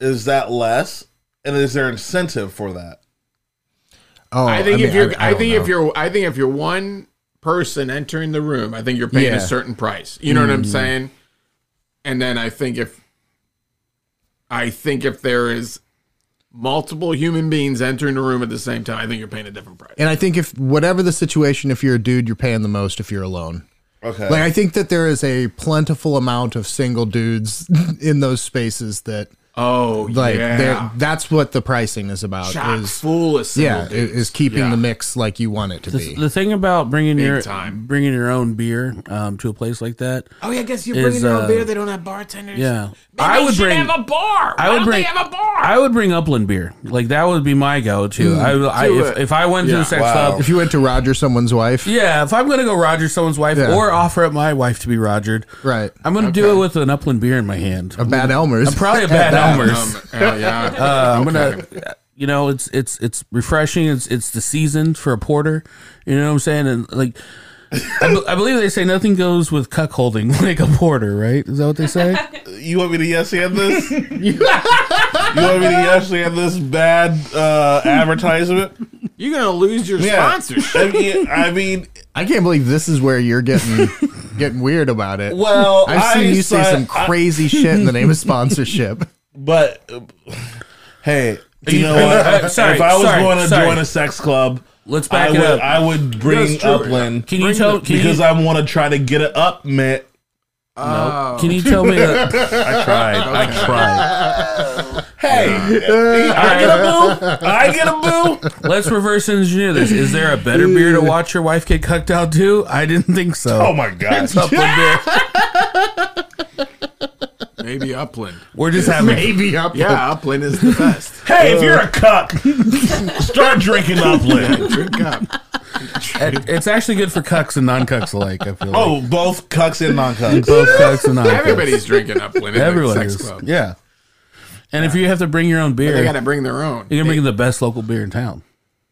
Speaker 1: is that less? And is there incentive for that?
Speaker 4: Oh,
Speaker 5: I think
Speaker 4: mean,
Speaker 5: if you're, I,
Speaker 4: don't
Speaker 5: think
Speaker 4: know.
Speaker 5: if you're, I think if you're one person entering the room, I think you're paying
Speaker 4: Yeah. Mm.
Speaker 5: a certain price. You know what I'm saying? And then I think if, I think if there is multiple human beings entering the room at the same time, I think you're paying a different price.
Speaker 4: and I think if whatever the situation, if you're a dude, you're paying the most. If you're alone,
Speaker 1: Okay.
Speaker 4: Like I think that there is a plentiful amount of single dudes in those spaces that
Speaker 5: Oh,
Speaker 4: like they're
Speaker 5: yeah.
Speaker 4: that's what the pricing is about
Speaker 5: Chock
Speaker 4: is
Speaker 5: full of single
Speaker 4: yeah i-
Speaker 5: dudes.
Speaker 4: is keeping
Speaker 5: Yeah.
Speaker 4: the mix like you want it to be.
Speaker 2: The thing about bringing your
Speaker 5: time.
Speaker 2: bringing your own beer um, to a place like that,
Speaker 5: Oh yeah, I guess you're
Speaker 2: is,
Speaker 5: bringing your own
Speaker 2: uh,
Speaker 5: beer. They don't have bartenders.
Speaker 2: yeah,
Speaker 5: Maybe
Speaker 2: I
Speaker 5: they
Speaker 2: would
Speaker 5: should
Speaker 2: bring.
Speaker 5: have a bar. Why
Speaker 2: I would
Speaker 5: don't
Speaker 2: bring.
Speaker 5: they have a bar.
Speaker 2: I would bring Upland beer. Like that would be my go-to.
Speaker 4: Mm.
Speaker 2: I, I
Speaker 5: To
Speaker 2: if,
Speaker 5: a-
Speaker 2: if I went to
Speaker 5: Yeah.
Speaker 2: the sex
Speaker 1: Wow.
Speaker 2: club,
Speaker 4: if you went to Roger someone's wife,
Speaker 2: Yeah, if I'm gonna go Roger someone's wife
Speaker 4: Yeah.
Speaker 2: or offer up my wife to be Rogered,
Speaker 4: Right.
Speaker 2: I'm gonna do it with an Upland beer in my hand.
Speaker 4: a bad Elmer's,
Speaker 2: Probably a bad Elmer's.
Speaker 5: Um, hell yeah.
Speaker 2: Uh, I'm gonna, you know, it's it's it's refreshing. It's it's the season for a porter. You know what I'm saying? And like, I, be- I believe they say nothing goes with cuckolding like a porter, right? Is that what they say?
Speaker 1: you want me to yes and this? you want me to yes and this bad uh, advertisement?
Speaker 5: you're gonna lose your sponsorship.
Speaker 1: I mean, I mean,
Speaker 4: I can't believe this is where you're getting getting weird about it.
Speaker 1: well,
Speaker 4: I've seen
Speaker 1: I
Speaker 4: you say
Speaker 1: saw-
Speaker 4: some
Speaker 1: I-
Speaker 4: crazy shit in the name of sponsorship.
Speaker 1: but uh, hey, you know what?
Speaker 2: Uh, sorry,
Speaker 1: if I was
Speaker 2: sorry,
Speaker 1: going to
Speaker 2: sorry.
Speaker 1: join a sex club,
Speaker 2: Let's back
Speaker 1: I
Speaker 2: it
Speaker 1: would,
Speaker 2: up.
Speaker 1: I would bring
Speaker 5: That's true.
Speaker 1: Upland.
Speaker 2: Can you tell? Can
Speaker 1: because
Speaker 2: you,
Speaker 1: I want to try to get it up, man.
Speaker 2: can you tell me? that-
Speaker 1: I tried. I tried. Hey, I get a boo. I get a boo.
Speaker 2: let's reverse engineer this. Is there a better beer to watch your wife get cucked out to? I didn't think so.
Speaker 1: Oh my god!
Speaker 2: Upland beer.
Speaker 5: Maybe Upland.
Speaker 2: We're just having
Speaker 4: Maybe up.
Speaker 5: Yeah, Upland is the best.
Speaker 1: Hey, if you're a cuck, start drinking Upland.
Speaker 5: Drink up.
Speaker 2: It- it's actually good for cucks and non cucks alike. I feel like
Speaker 1: Oh, both cucks and non-cucks.
Speaker 2: both cucks and non cucks.
Speaker 5: Everybody's drinking Upland. in the
Speaker 2: Everyone
Speaker 5: sex
Speaker 2: is.
Speaker 5: club.
Speaker 2: Yeah. And if you have to bring your own beer,
Speaker 5: They
Speaker 2: you
Speaker 5: gotta bring their own.
Speaker 2: can bring the best local beer in town.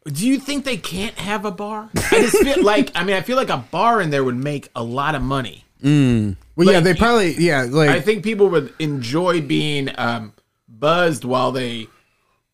Speaker 5: Do you think they can't have a bar? I just feel like I mean I feel like a bar in there would make a lot of money.
Speaker 4: Well, yeah, they probably yeah like
Speaker 5: I think people would enjoy being um, buzzed while they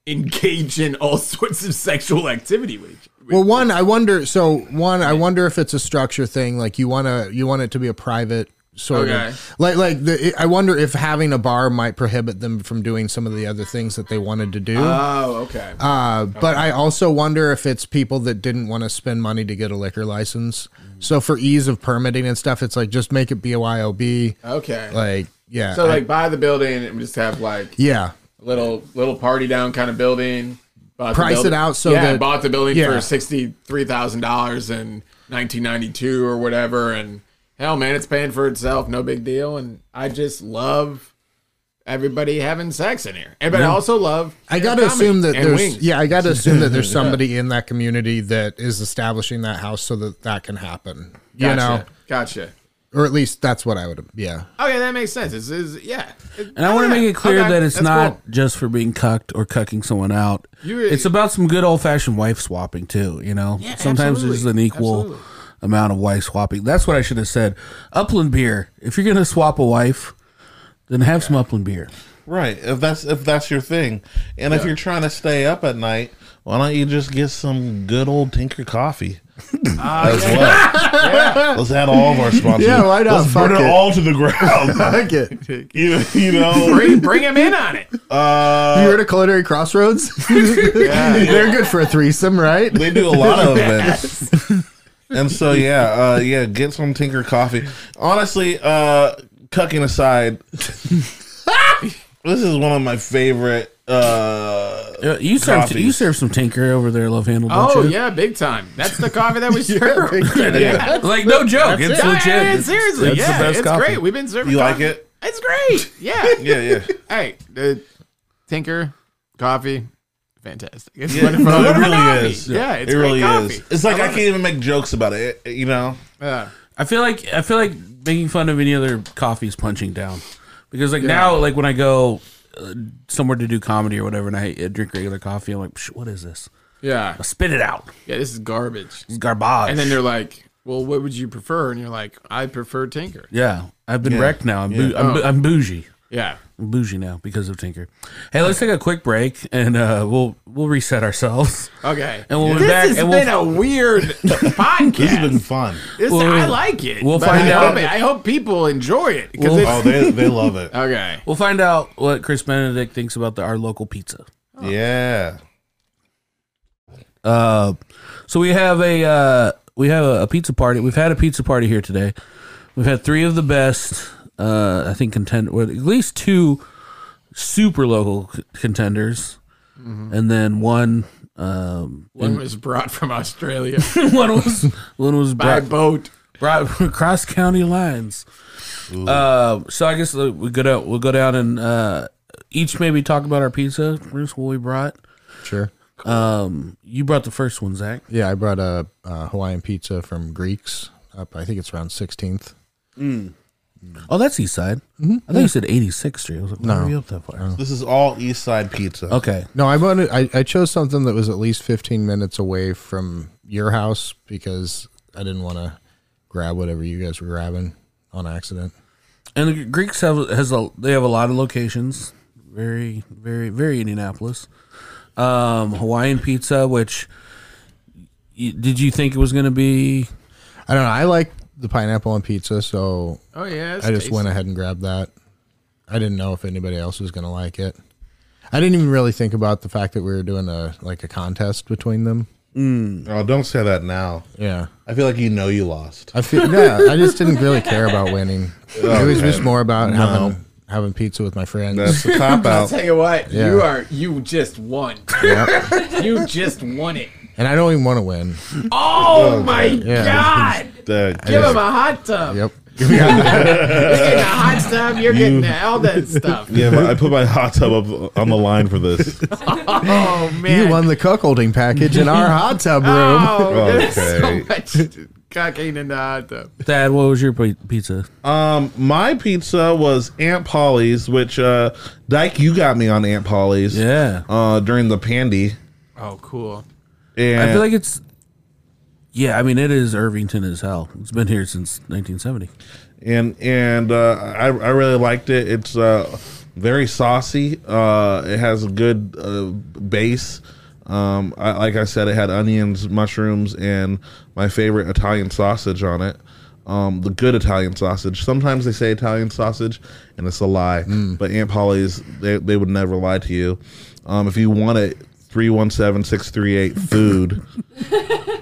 Speaker 5: engage in all sorts of sexual activity with each
Speaker 4: Well, one, I wonder. So, one, I wonder if it's a structure thing. Like you want to, you want it to be a private sort
Speaker 5: Okay.
Speaker 4: of like, like the. I wonder if having a bar might prohibit them from doing some of the other things that they wanted to do. Uh,
Speaker 5: Oh, okay.
Speaker 4: But I also wonder if it's people that didn't want to spend money to get a liquor license.
Speaker 5: Mm.
Speaker 4: So for ease of permitting and stuff, it's like just make it BYOB.
Speaker 5: okay.
Speaker 4: Like yeah,
Speaker 5: so
Speaker 4: I-
Speaker 5: like buy the building and just have like
Speaker 4: yeah.
Speaker 5: little little party down kind of building. Bought the
Speaker 4: Price it
Speaker 5: building-
Speaker 4: out so
Speaker 5: yeah,
Speaker 4: that-
Speaker 5: bought the building
Speaker 4: yeah.
Speaker 5: for sixty three thousand dollars and 1992 or whatever. And hell, man, it's paying for itself. No big deal. And I just love everybody having sex in here. And but I also love
Speaker 4: I got
Speaker 5: comedy
Speaker 4: to assume that
Speaker 5: and
Speaker 4: there's
Speaker 5: wings.
Speaker 4: yeah, I got to assume that there's somebody in that community that is establishing that house so that that can happen. You
Speaker 5: Gotcha.
Speaker 4: know,
Speaker 5: Gotcha.
Speaker 4: or at least that's what I would. Yeah,
Speaker 5: Okay, that makes sense. This is yeah.
Speaker 2: And
Speaker 5: Ah,
Speaker 2: I want to make it clear that it's not just for being cucked or cucking someone out.
Speaker 5: You-
Speaker 2: it's about some good old fashioned wife swapping too. You know, sometimes there's an
Speaker 5: absolutely.
Speaker 2: equal
Speaker 5: Absolutely.
Speaker 2: amount of wife swapping. That's what I should have said. Upland beer. If you're gonna swap a wife, then have some Upland beer.
Speaker 1: Right. If that's if that's your thing, and if you're trying to stay up at night, why don't you just get some good old Tinker coffee?
Speaker 2: Ah,
Speaker 1: As well. Let's add all of our sponsors.
Speaker 4: Yeah, why not?
Speaker 1: Let's burn
Speaker 4: Fuck
Speaker 1: it,
Speaker 4: it.
Speaker 1: all to the ground.
Speaker 4: like it. You
Speaker 1: you, you know,
Speaker 5: Bring, bring him in on it.
Speaker 1: uh,
Speaker 4: heard of Culinary Crossroads? They're good for a threesome, right?
Speaker 1: they do a lot of events. And so yeah, uh, yeah, get some Tinker coffee. Honestly, uh, cucking aside, this is one of my favorite. Uh,
Speaker 2: Uh, You serve
Speaker 1: Coffees.
Speaker 2: you serve some Tinker over there, love handle. Don't
Speaker 5: Oh
Speaker 2: you?
Speaker 5: yeah, big time. That's the coffee that we serve.
Speaker 1: yeah.
Speaker 7: Like no joke. it's
Speaker 5: Yeah,
Speaker 7: legit.
Speaker 5: I mean, seriously,
Speaker 2: That's the
Speaker 5: yeah,
Speaker 2: best
Speaker 5: it's
Speaker 2: coffee.
Speaker 5: great. We've been serving.
Speaker 1: You like
Speaker 5: coffee.
Speaker 1: it?
Speaker 5: It's great. Yeah.
Speaker 1: Yeah, yeah.
Speaker 5: Hey, uh, Tinker coffee, fantastic. It's
Speaker 1: Yeah,
Speaker 5: wonderful.
Speaker 1: no, it
Speaker 5: Wonderful
Speaker 1: really
Speaker 5: coffee.
Speaker 1: is.
Speaker 5: Yeah, it's
Speaker 1: it
Speaker 5: great
Speaker 1: really
Speaker 5: coffee.
Speaker 1: is. It's like I, can't even make jokes about it. You know,
Speaker 5: Yeah.
Speaker 2: I feel like I feel like making fun of any other coffee is punching down because like now like when I go uh, somewhere to do comedy or whatever and I uh, drink regular coffee I'm like "Psh, what is this
Speaker 5: yeah,
Speaker 2: spit it out
Speaker 5: yeah. This is garbage.
Speaker 2: it's garbage
Speaker 5: And then they're like, "Well, what would you prefer?" And you're like, "I prefer Tinker."
Speaker 2: yeah I've been wrecked now I'm, bou-
Speaker 5: Oh.
Speaker 2: I'm, bou- I'm bougie
Speaker 5: Yeah.
Speaker 2: I'm bougie now because of Tinker hey let's take a quick break and uh, we'll we'll reset ourselves
Speaker 5: Okay.
Speaker 2: and we'll be
Speaker 5: this
Speaker 2: back
Speaker 5: has
Speaker 2: and
Speaker 5: been
Speaker 2: we'll,
Speaker 5: a weird podcast.
Speaker 1: this has been fun.
Speaker 5: This-
Speaker 2: We'll-
Speaker 5: I like it.
Speaker 2: we'll
Speaker 5: but
Speaker 2: find
Speaker 5: I
Speaker 2: out.
Speaker 5: Hope it- I hope people enjoy it because
Speaker 2: We'll-
Speaker 1: Oh, they they love it.
Speaker 5: okay.
Speaker 2: we'll find out what Chris Benedict thinks about the, our local pizza.
Speaker 1: Yeah,
Speaker 2: Uh, so we have a uh, we have a, a pizza party. We've had a pizza party here today. We've had three of the best, uh, I think, contend or at least two super local c- contenders, and then one um,
Speaker 5: One was brought from Australia
Speaker 2: one was one was
Speaker 5: by
Speaker 2: brought,
Speaker 5: boat.
Speaker 2: brought across county lines. Uh, so I guess uh, we go down, we'll go down and uh, each maybe talk about our pizza. First, what we brought.
Speaker 4: Sure.
Speaker 2: You brought the first one, Zach.
Speaker 4: Yeah, I brought a uh, Hawaiian pizza from Greeks up. I think it's around 16th.
Speaker 2: Oh, that's East Side. I think you said 86th Street. I was like, why are you up that far?
Speaker 1: this is all East Side Pizza.
Speaker 2: Okay.
Speaker 4: No, I wanted. I, I chose something that was at least 15 minutes away from your house because I didn't want to grab whatever you guys were grabbing on accident.
Speaker 2: And the Greeks have has a they have a lot of locations. Very, very, very Indianapolis. Um, Hawaiian pizza, which y did you think it was going to be?
Speaker 4: I don't know. I like the pineapple on pizza, so
Speaker 5: Oh yeah. it's
Speaker 4: I just
Speaker 5: tasty.
Speaker 4: went ahead and grabbed that. I didn't know if anybody else was going to like it. I didn't even really think about the fact that we were doing a like a contest between them.
Speaker 1: Oh, don't say that now.
Speaker 4: Yeah.
Speaker 1: I feel like you know you lost.
Speaker 4: I feel yeah. I just didn't really care about winning. it was just more about having having pizza with my friends.
Speaker 1: That's a cop out.
Speaker 5: Tell you what,
Speaker 4: Yeah.
Speaker 5: you are you just won.
Speaker 4: Yep.
Speaker 5: you just won it.
Speaker 4: and I don't even want to win.
Speaker 5: Oh my
Speaker 4: Yeah.
Speaker 5: god! Give
Speaker 1: Uh,
Speaker 5: him a hot tub.
Speaker 4: Yep.
Speaker 5: You're getting a hot tub. You're getting all that stuff.
Speaker 1: yeah, but I put my hot tub up on the line for this.
Speaker 5: Oh man!
Speaker 4: You won the cuckolding package in our hot tub room.
Speaker 5: Oh, there's
Speaker 1: Okay.
Speaker 5: so much cocking in the hot tub.
Speaker 2: Dad, what was your pi- pizza?
Speaker 1: Um, my pizza was Aunt Polly's, which uh, Dyke, you got me on Aunt Polly's.
Speaker 2: Yeah,
Speaker 1: Uh, during the pandy,
Speaker 5: Oh, cool.
Speaker 1: and
Speaker 2: I feel like it's. Yeah, I mean it is Irvington as hell. It's been here since 1970.
Speaker 1: and and uh, I I really liked it. It's uh, very saucy. Uh, it has a good uh, base. Um, I, like I said, it had onions, mushrooms, and my favorite Italian sausage on it. Um, the good Italian sausage. Sometimes they say Italian sausage, and it's a lie.
Speaker 5: Mm.
Speaker 1: But Aunt Polly's, they, they would never lie to you. Um, if you want it, 317 638 food,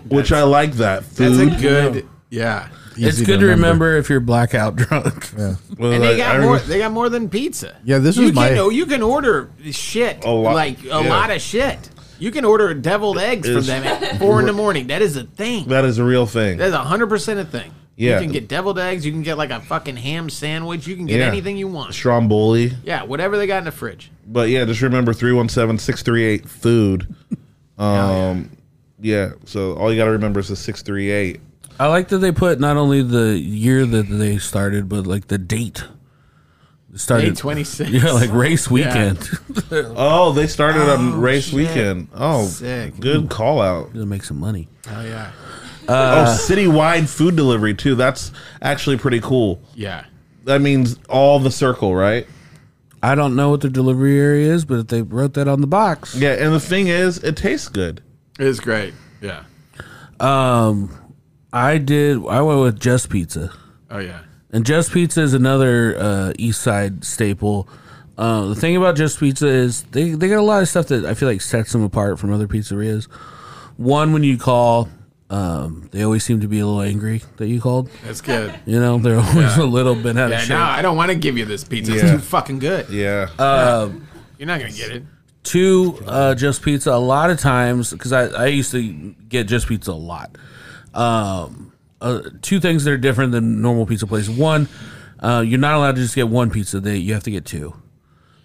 Speaker 1: which I like that.
Speaker 5: That's
Speaker 1: Food.
Speaker 5: a good. Yeah.
Speaker 2: it's good to remember. if you're blackout drunk.
Speaker 5: And they
Speaker 1: Like,
Speaker 5: got
Speaker 1: I
Speaker 5: more.
Speaker 1: remember-
Speaker 5: They got more than pizza.
Speaker 4: Yeah, this
Speaker 5: you
Speaker 4: was
Speaker 5: can,
Speaker 4: my-
Speaker 5: You can order shit.
Speaker 1: A lot-
Speaker 5: Like a
Speaker 1: yeah.
Speaker 5: lot of shit. You can order deviled eggs from
Speaker 1: It's-
Speaker 5: them at four in the morning. That is a thing.
Speaker 1: That is a real thing.
Speaker 5: That is hundred percent a thing.
Speaker 1: Yeah.
Speaker 5: You can get deviled eggs. You can get like a fucking ham sandwich. You can get
Speaker 1: Yeah.
Speaker 5: anything you want.
Speaker 1: Stromboli.
Speaker 5: Yeah, whatever they got in the fridge.
Speaker 1: But yeah, just remember 317-638 food. Um yeah. so all you got to remember is the 638.
Speaker 2: I like that they put not only the year that they started, but like the date. It
Speaker 5: May
Speaker 2: started
Speaker 5: twenty six.
Speaker 2: yeah, like race weekend.
Speaker 1: Oh, they started on race weekend. Oh,
Speaker 5: Sick.
Speaker 1: good call out.
Speaker 2: Gonna make some money.
Speaker 5: Oh yeah.
Speaker 1: oh, citywide food delivery too. That's actually pretty cool.
Speaker 5: Yeah.
Speaker 1: That means all the circle, right?
Speaker 2: I don't know what the delivery area is, but they wrote that on the box.
Speaker 1: Yeah, and the thing is, it tastes good.
Speaker 5: It is great. Yeah.
Speaker 2: Um, I did. I went with Just Pizza.
Speaker 5: Oh yeah.
Speaker 2: And Just Pizza is another uh, East Side staple. Uh, the thing about Just Pizza is they, they got a lot of stuff that I feel like sets them apart from other pizzerias. One, when you call, um, they always seem to be a little angry that you called.
Speaker 5: That's good.
Speaker 2: You know, they're always a little bit out
Speaker 5: Yeah,
Speaker 2: of shape.
Speaker 5: no, I don't want to give you this pizza. It's
Speaker 1: Yeah.
Speaker 5: too fucking good.
Speaker 1: Yeah.
Speaker 5: You're not gonna get it.
Speaker 2: Two, uh, Just Pizza, a lot of times, because I, I used to get Just Pizza a lot. Um, uh, two things that are different than normal pizza places. One, uh, you're not allowed to just get one pizza, they, you have to get two.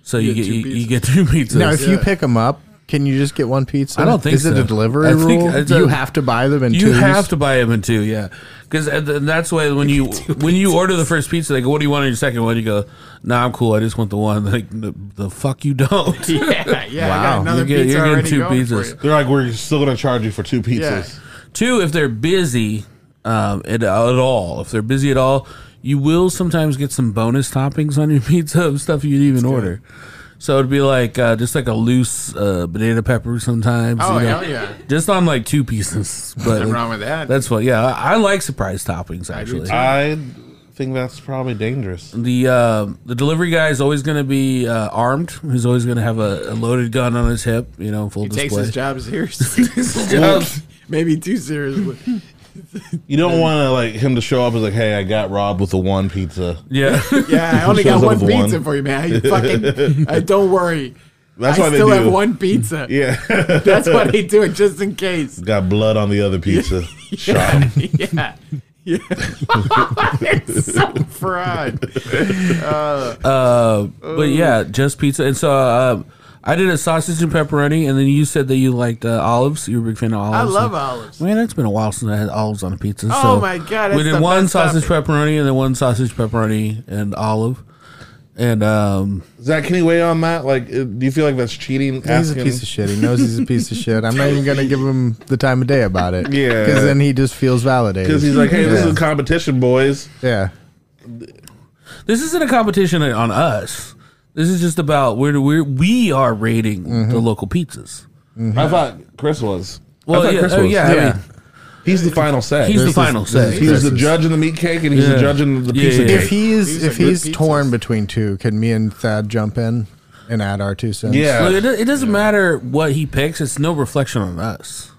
Speaker 2: So you,
Speaker 5: get
Speaker 2: get, you,
Speaker 5: two
Speaker 2: you get two pizzas.
Speaker 4: Now, if you pick them up, can you just get one pizza?
Speaker 2: I don't think
Speaker 4: Is it
Speaker 2: so.
Speaker 4: a delivery
Speaker 2: I think
Speaker 4: rule?
Speaker 2: it's
Speaker 4: you
Speaker 2: a-
Speaker 4: have to buy them in
Speaker 2: You
Speaker 4: twos?
Speaker 2: have to buy them in two, yeah, because that's why when you when you order the first pizza, they go, "What do you want on your second one?" You go, "Nah, I'm cool. I just want the one." Like the, the fuck you don't.
Speaker 5: Yeah, yeah. I got
Speaker 4: Wow.
Speaker 5: another
Speaker 2: You get-
Speaker 5: pizza
Speaker 2: you're getting
Speaker 5: already
Speaker 2: two
Speaker 5: going for
Speaker 2: pizzas.
Speaker 5: you.
Speaker 1: They're like, we're still gonna charge you for two pizzas.
Speaker 2: two, if they're busy um, at, at all, if they're busy at all, you will sometimes get some bonus toppings on your pizza of stuff you didn't even order. So it'd be like uh, just like a loose uh, banana pepper sometimes.
Speaker 5: Oh
Speaker 2: you know,
Speaker 5: hell yeah!
Speaker 2: Just on like two pieces, but
Speaker 5: Nothing wrong with that.
Speaker 2: That's what. Yeah, I, I like surprise toppings
Speaker 5: do
Speaker 2: actually.
Speaker 5: too.
Speaker 1: I think that's probably dangerous.
Speaker 2: the uh, the delivery guy is always going to be uh, armed. He's always going to have a, a loaded gun on his hip. You know, full
Speaker 5: He
Speaker 2: display.
Speaker 5: takes his job seriously.
Speaker 1: Well,
Speaker 5: Maybe too seriously.
Speaker 1: you don't want to like him to show up as like, hey, I got robbed with the one pizza.
Speaker 2: Yeah,
Speaker 5: Yeah, I only
Speaker 1: Shows up
Speaker 5: got one
Speaker 1: with
Speaker 5: pizza
Speaker 1: one.
Speaker 5: for you, man. You fucking. I don't worry.
Speaker 1: That's
Speaker 5: I
Speaker 1: why they
Speaker 5: still
Speaker 1: do.
Speaker 5: have one pizza.
Speaker 1: Yeah,
Speaker 5: That's why they do it just in case.
Speaker 1: got blood on the other pizza. Shot him.
Speaker 5: Yeah. Yeah. it's so fried.
Speaker 2: uh, but yeah, just pizza. And so uh, I did a sausage and pepperoni, and then you said that you liked uh, olives. You were a big fan of olives.
Speaker 5: I love olives.
Speaker 2: Man, it's been a while since I had olives on a pizza.
Speaker 5: Oh
Speaker 2: so
Speaker 5: my God,
Speaker 2: We
Speaker 5: that's
Speaker 2: did
Speaker 5: the
Speaker 2: one
Speaker 5: best
Speaker 2: sausage pepperoni, and then one sausage pepperoni and olive, and um,
Speaker 1: Zach, can you weigh on that? Like, uh, do you feel like that's cheating?
Speaker 4: He's a piece of shit. He knows he's a piece of shit. I'm not even gonna give him the time of day about it.
Speaker 1: Yeah.
Speaker 4: because then he just feels validated.
Speaker 1: Because he's like, hey,
Speaker 4: yeah.
Speaker 1: this is a competition, boys.
Speaker 4: yeah.
Speaker 2: this isn't a competition on us. This is just about where we we are rating the local pizzas.
Speaker 1: I thought Chris was. I
Speaker 2: Well,
Speaker 1: thought
Speaker 2: yeah,
Speaker 1: Chris
Speaker 2: oh,
Speaker 1: was.
Speaker 2: yeah, I
Speaker 4: Yeah.
Speaker 2: mean,
Speaker 1: He's the final say.
Speaker 2: he's
Speaker 1: He's,
Speaker 2: the final
Speaker 4: this is-
Speaker 2: say.
Speaker 4: he's-
Speaker 1: the judge in the meat cake, and he's
Speaker 2: Yeah.
Speaker 1: the judge in the
Speaker 2: Yeah,
Speaker 1: pizza
Speaker 2: yeah, yeah.
Speaker 1: cake.
Speaker 4: If he's
Speaker 5: These are
Speaker 4: if
Speaker 5: good
Speaker 4: he's
Speaker 5: pizzas.
Speaker 4: torn between two, can me and Thad jump in and add our two cents?
Speaker 1: Yeah.
Speaker 2: Look, it, do- it doesn't matter what he picks. It's no reflection on us.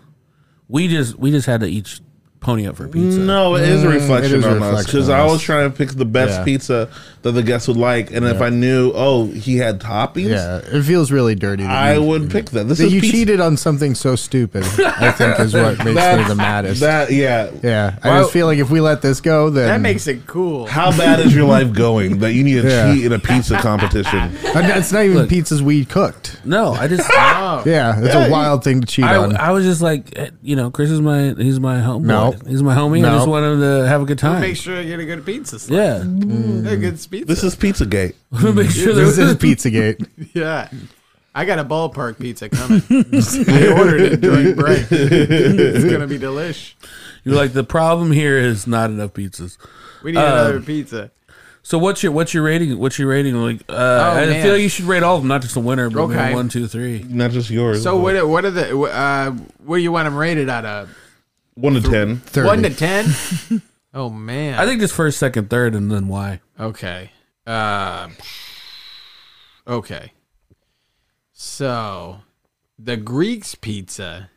Speaker 2: We just we just had to each pony up for pizza.
Speaker 1: No, it is a
Speaker 4: Mm,
Speaker 1: reflection
Speaker 4: it is a
Speaker 1: on us
Speaker 4: reflection
Speaker 1: because
Speaker 4: on
Speaker 1: I was
Speaker 4: us.
Speaker 1: trying to pick the best
Speaker 4: Yeah.
Speaker 1: pizza that the guests would like, and if I knew, oh, he had toppings,
Speaker 4: yeah. It feels really dirty. To
Speaker 1: I
Speaker 4: me.
Speaker 1: would pick that. This
Speaker 4: that
Speaker 1: is
Speaker 4: you
Speaker 1: pizza.
Speaker 4: cheated on something so stupid. I think is what makes me the maddest.
Speaker 1: That yeah.
Speaker 4: yeah, I
Speaker 1: Why-
Speaker 4: just feel like if we let this go, then
Speaker 5: That makes it cool.
Speaker 1: How bad is your life going that you need to
Speaker 4: Yeah.
Speaker 1: cheat in a pizza competition?
Speaker 4: And that's not even pizzas we cooked.
Speaker 2: No, I just
Speaker 5: Oh,
Speaker 4: Yeah, it's a wild thing to cheat
Speaker 2: I,
Speaker 4: on.
Speaker 2: I was just like eh, you know Chris is my he's my homie.
Speaker 4: No.
Speaker 2: he's my homie. I
Speaker 4: No.
Speaker 2: just wanted to have a good time.
Speaker 5: make sure you're good pizza. Slice.
Speaker 2: yeah,
Speaker 5: They're good pizza.
Speaker 1: This is Pizzagate.
Speaker 2: make sure
Speaker 4: this
Speaker 2: there
Speaker 4: is
Speaker 2: was
Speaker 4: Pizzagate.
Speaker 5: yeah. I got a ballpark pizza coming. I ordered it during break. it's gonna be delish.
Speaker 2: you're like the problem here is not enough pizzas.
Speaker 5: We need another pizza.
Speaker 2: So what's your what's your rating? What's your rating? Like uh, I
Speaker 5: man.
Speaker 2: feel like you should rate all of them, not just the winner, but maybe
Speaker 5: Okay.
Speaker 2: one, two, three.
Speaker 1: Not just yours.
Speaker 5: So what? What are the? Uh, what do you want them rated out of?
Speaker 1: one to ten.
Speaker 4: 30.
Speaker 5: One to ten? oh man.
Speaker 2: I think just first, second, third, and then why?
Speaker 5: Okay. Uh, okay. So, the Greeks pizza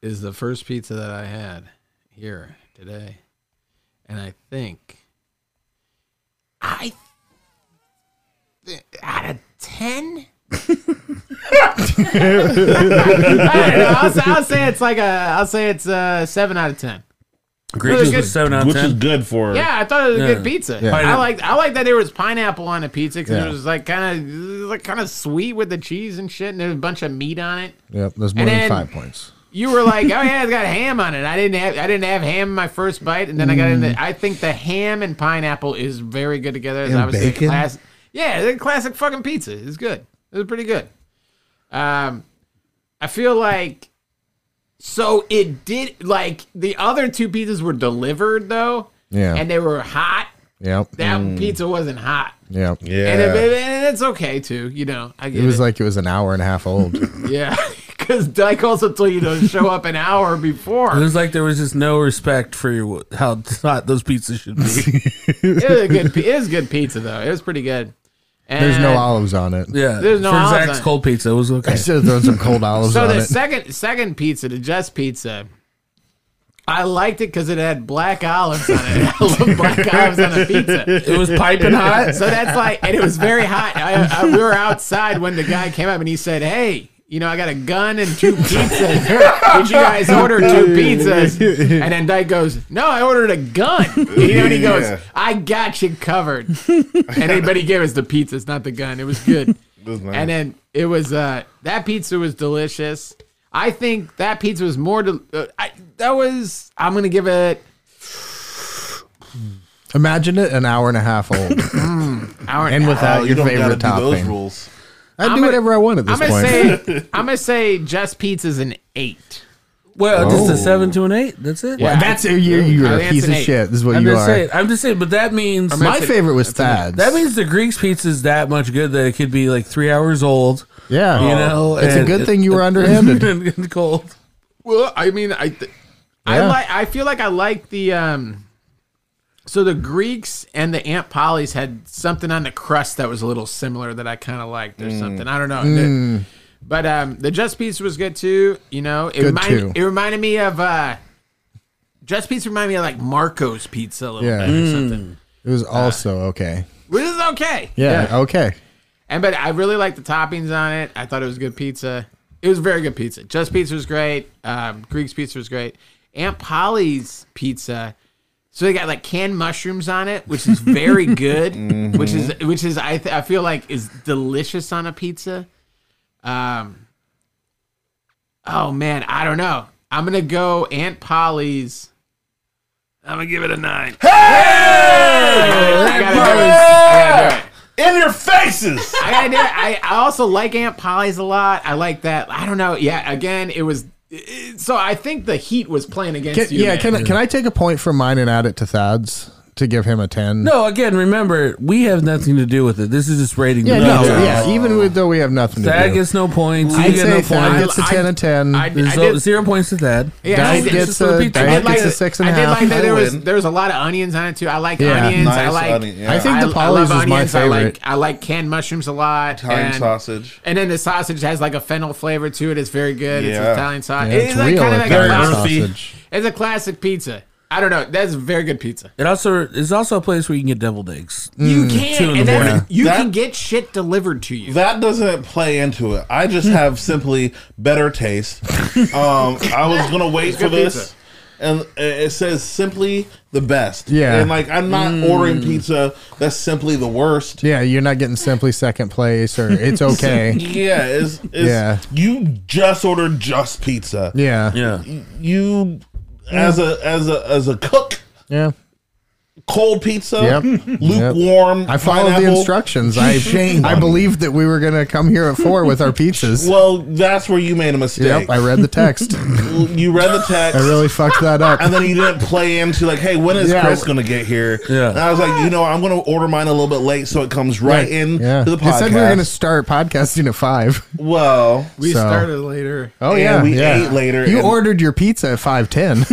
Speaker 5: is the first pizza that I had here today, and I think I th- out of ten. I don't know, I'll, say- I'll say it's like a. I'll say it's a seven out of ten.
Speaker 8: Great
Speaker 5: good-
Speaker 8: was seven out of
Speaker 1: which is
Speaker 8: ten.
Speaker 1: good for
Speaker 5: Yeah, I thought it was a good pizza. I
Speaker 8: Pineapple.
Speaker 5: like I like that there was pineapple on the pizza because
Speaker 4: Yeah.
Speaker 5: it was like kind of like kind of sweet with the cheese and shit, and there was a bunch of meat on it.
Speaker 4: Yep, that's more
Speaker 5: And
Speaker 4: than
Speaker 5: then-
Speaker 4: five points.
Speaker 5: You were like, oh yeah, it's got ham on it. I didn't have I didn't have ham in my first bite, and then I got in. The, I think the ham and pineapple is very good together. And
Speaker 6: bacon?
Speaker 5: Class, yeah, the classic fucking pizza. It's good. It was pretty good. Um, I feel like so it did like the other two pizzas were delivered though,
Speaker 4: Yeah.
Speaker 5: and they were hot.
Speaker 4: Yep.
Speaker 5: That pizza wasn't hot.
Speaker 4: Mm. Yeah.
Speaker 1: Yeah.
Speaker 5: And, it, and it's okay too, you know. I get
Speaker 4: It
Speaker 5: it.
Speaker 4: was like it was an hour and a half old.
Speaker 5: yeah, because Dyke also told you to show up an hour
Speaker 8: It
Speaker 5: before.
Speaker 8: was like there was just no respect for your, how hot those pizzas should be.
Speaker 5: It was a good. pi- It was good pizza though. It was pretty good. And
Speaker 4: There's no olives on it.
Speaker 8: Yeah,
Speaker 5: There's no
Speaker 8: for
Speaker 5: olives
Speaker 8: Zach's
Speaker 5: on it.
Speaker 8: cold pizza, it was
Speaker 4: I
Speaker 8: okay.
Speaker 4: should have thrown some cold olives
Speaker 5: So
Speaker 4: on
Speaker 5: the
Speaker 4: it.
Speaker 5: second second pizza, the Just Pizza, I liked it because it had black olives on it. I love black olives on a pizza.
Speaker 8: It was piping hot.
Speaker 5: So that's like, and it was very hot. I, I, we were outside when the guy came up and he said, "Hey, you know, I got a gun and two pizzas. Did you guys order two pizzas?" And then Dyke goes, "No, I ordered a gun." You know, and he
Speaker 1: Yeah.
Speaker 5: goes, "I got you covered." And anybody gave us the pizzas, not the gun. It was good.
Speaker 1: was nice.
Speaker 5: And then it was uh, that pizza was delicious. I think that pizza was more. Del- uh, I, that was. I'm gonna give it
Speaker 4: Imagine it an hour and a half old.
Speaker 5: Mm, hour
Speaker 4: and
Speaker 1: Wow,
Speaker 4: without
Speaker 1: Uh, you
Speaker 4: your
Speaker 1: don't
Speaker 4: favorite
Speaker 1: gotta do those
Speaker 4: topping.
Speaker 1: rules.
Speaker 4: I'd
Speaker 5: I'm
Speaker 4: do
Speaker 5: gonna-
Speaker 4: whatever I want at
Speaker 5: I'm
Speaker 4: this
Speaker 5: gonna
Speaker 4: point.
Speaker 5: say I'm gonna say just pizza's an eight.
Speaker 8: Well, just
Speaker 4: Oh.
Speaker 8: a seven to an eight. That's it.
Speaker 5: Yeah.
Speaker 4: That's a, you're, you're
Speaker 5: I
Speaker 4: a
Speaker 5: think
Speaker 4: piece
Speaker 5: it's an
Speaker 4: of
Speaker 5: eight.
Speaker 4: shit. This is what
Speaker 8: I'm
Speaker 4: you
Speaker 8: just
Speaker 4: are.
Speaker 8: saying. I'm just saying. But that means
Speaker 4: My
Speaker 5: That's an-
Speaker 4: favorite was Thad's.
Speaker 8: that means the Greek's pizza is that much good that it could be like three hours old.
Speaker 4: yeah.
Speaker 8: You know,
Speaker 4: it's a
Speaker 8: and-
Speaker 4: good thing you were underhanded.
Speaker 8: and cold.
Speaker 5: Well, I mean, I th- I
Speaker 4: Yeah.
Speaker 5: like. I feel like I like the um. So the Greeks and the Aunt Polly's had something on the crust that was a little similar that I kind of liked
Speaker 4: Mm.
Speaker 5: or something. I don't know. But um, the Just Pizza was good too. You know, it
Speaker 4: Good
Speaker 5: reminded
Speaker 4: too.
Speaker 5: it reminded me of uh, Just Pizza reminded me of like Marco's Pizza a little
Speaker 4: Yeah.
Speaker 5: bit or something,
Speaker 4: It was also okay.
Speaker 5: which is okay.
Speaker 4: Yeah, okay.
Speaker 5: And but I really liked the toppings on it. I thought it was good pizza. It was very good pizza. Just Pizza was great. Um, Greek's Pizza was great. Aunt Polly's pizza. So they got like canned mushrooms on it, which is very good. Which is which is I th- I feel like is delicious on a pizza. Um. Oh man, I don't know. I'm gonna go Aunt Polly's. I'm gonna give it a nine. Hey! I gotta do it. I gotta do it.
Speaker 1: In your faces.
Speaker 5: I gotta do it. I, I also like Aunt Polly's a lot. I like that. I don't know. Yeah, again, it was. it- so I think the heat was playing
Speaker 4: Can,
Speaker 5: against you.
Speaker 4: yeah,
Speaker 5: man.
Speaker 4: can, I- can I take a point from mine and add it to Thad's to give him a 10?
Speaker 8: No, again, remember we have nothing to do with it. This is just rating.
Speaker 4: Yeah,
Speaker 8: the
Speaker 4: no,
Speaker 8: pizza.
Speaker 4: yeah. Even with, though we have nothing to
Speaker 8: Thad
Speaker 4: do.
Speaker 8: gets no points. You
Speaker 4: I'd
Speaker 8: get
Speaker 4: say
Speaker 8: no
Speaker 4: Thad
Speaker 8: points.
Speaker 4: gets a
Speaker 5: I-
Speaker 4: 10 of 10.
Speaker 5: I-
Speaker 8: There's
Speaker 5: I
Speaker 8: no-
Speaker 5: did-
Speaker 8: zero points to Thad.
Speaker 5: Yeah, I
Speaker 8: Dice
Speaker 5: did-
Speaker 8: gets
Speaker 4: gets
Speaker 8: for the
Speaker 4: a-
Speaker 8: pizza.
Speaker 4: Dice
Speaker 5: I did like
Speaker 4: gets a
Speaker 5: the-
Speaker 4: six and a
Speaker 5: I did
Speaker 4: half.
Speaker 5: like that
Speaker 1: I
Speaker 5: there was
Speaker 1: win.
Speaker 5: there was a lot of onions on it too. I like
Speaker 4: Yeah.
Speaker 5: onions. I
Speaker 1: Nice
Speaker 5: like
Speaker 1: onion, yeah.
Speaker 4: I think the
Speaker 5: I
Speaker 4: Polly's
Speaker 5: love
Speaker 4: was my
Speaker 5: onions. I like
Speaker 4: favorite.
Speaker 5: I like canned mushrooms a lot.
Speaker 1: Italian
Speaker 5: and,
Speaker 1: sausage.
Speaker 5: And then the sausage has like a fennel flavor to it. It's very good. It's
Speaker 1: Yeah.
Speaker 5: Italian sausage.
Speaker 4: Yeah,
Speaker 5: it's like kind of like a
Speaker 4: Italian
Speaker 5: classic-
Speaker 1: earthy.
Speaker 4: sausage.
Speaker 5: It's a classic pizza. I don't know. That's very good pizza.
Speaker 8: It also is also a place where you can get deviled eggs.
Speaker 4: Mm.
Speaker 8: Two in
Speaker 5: You can,
Speaker 8: the
Speaker 5: and
Speaker 8: morning.
Speaker 5: then you
Speaker 1: That-
Speaker 5: can get shit delivered to you.
Speaker 1: That doesn't play into it. I just have simply better taste. Um, I was gonna wait for
Speaker 5: good
Speaker 1: this,
Speaker 5: pizza.
Speaker 1: and it says simply the best.
Speaker 4: Yeah. Mm.
Speaker 1: and like I'm not ordering pizza that's simply the worst.
Speaker 4: Yeah, you're not getting simply second place or it's okay.
Speaker 1: Yeah, it's, it's
Speaker 4: Yeah.
Speaker 1: You just ordered just pizza.
Speaker 4: yeah.
Speaker 8: Yeah,
Speaker 1: You as a as a as a cook.
Speaker 4: Yeah.
Speaker 1: Cold pizza,
Speaker 4: Yep.
Speaker 1: lukewarm.
Speaker 4: I followed the
Speaker 1: pineapple.
Speaker 4: instructions. I I believed that we were going to come here at 4 with our pizzas.
Speaker 1: Well, that's where you made a mistake.
Speaker 4: Yep, I read the text.
Speaker 1: you read the text.
Speaker 4: I really fucked that up.
Speaker 1: and then you didn't play into like, hey, when is
Speaker 4: Yeah.
Speaker 1: Chris gonna get here?
Speaker 8: Yeah.
Speaker 1: And I was like, you know, I'm gonna order mine a little bit late so it comes right in
Speaker 4: Yeah.
Speaker 1: to the
Speaker 4: They
Speaker 1: podcast.
Speaker 4: said we were going to start podcasting at 5.
Speaker 1: well,
Speaker 5: We
Speaker 4: So-
Speaker 5: started later.
Speaker 4: Oh
Speaker 1: And
Speaker 4: yeah,
Speaker 1: we
Speaker 4: yeah.
Speaker 1: ate later
Speaker 4: You
Speaker 1: and-
Speaker 4: ordered your pizza at five ten.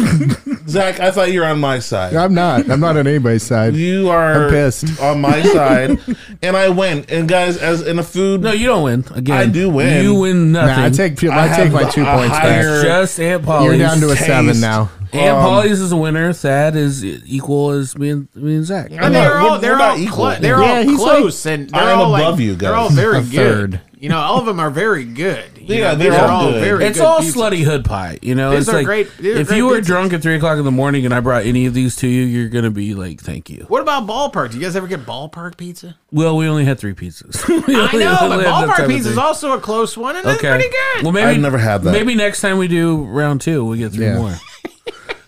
Speaker 1: Zach, I thought you were on my side.
Speaker 4: I'm not. I'm not on anybody's side.
Speaker 1: you are
Speaker 4: I'm pissed.
Speaker 1: on my side, and I win. And guys, as in a food,
Speaker 8: no, you don't win. Again,
Speaker 1: I do win.
Speaker 8: You win nothing.
Speaker 4: Nah, I take I,
Speaker 1: I
Speaker 4: take
Speaker 1: have
Speaker 4: my
Speaker 1: a
Speaker 4: two points
Speaker 1: higher-
Speaker 4: back.
Speaker 8: just Aunt Polly's.
Speaker 4: You're down to a um,
Speaker 1: taste. um,
Speaker 4: seven now.
Speaker 2: And Polly's is a winner. Thad is equal as me and me and Zach.
Speaker 5: And
Speaker 1: not-
Speaker 5: they're all
Speaker 1: we're-
Speaker 5: they're
Speaker 1: we're
Speaker 5: all
Speaker 1: not equal.
Speaker 5: clo- they're
Speaker 1: Yeah,
Speaker 5: all
Speaker 4: he's like-
Speaker 5: close and they're
Speaker 1: I'm
Speaker 5: all like,
Speaker 1: above you
Speaker 5: They're all
Speaker 1: guys.
Speaker 5: very
Speaker 4: A
Speaker 5: good.
Speaker 4: third.
Speaker 5: You know, all of them are very good. You
Speaker 1: Yeah,
Speaker 5: know,
Speaker 1: they're
Speaker 5: these are
Speaker 1: all good.
Speaker 5: very
Speaker 2: It's
Speaker 5: good
Speaker 2: all
Speaker 5: pizzas.
Speaker 2: slutty hood pie. You know,
Speaker 5: These
Speaker 2: it's
Speaker 5: are
Speaker 2: like
Speaker 5: great- these are
Speaker 2: if
Speaker 5: great
Speaker 2: you were
Speaker 5: pizzas.
Speaker 2: drunk at three o'clock in the morning and I brought any of these to you, you're gonna be like, "Thank you."
Speaker 5: What about ballpark? Do you guys ever get ballpark pizza?
Speaker 2: Well, we only had three pizzas. We
Speaker 5: I know,
Speaker 2: only- we
Speaker 5: but
Speaker 2: only had that type
Speaker 5: ballpark
Speaker 2: of
Speaker 5: pizza is
Speaker 2: thing.
Speaker 5: also a close one, and it's pretty good.
Speaker 2: Well, maybe
Speaker 1: I've never had that.
Speaker 2: Maybe next time we do round two, we get three
Speaker 4: Yeah.
Speaker 2: more.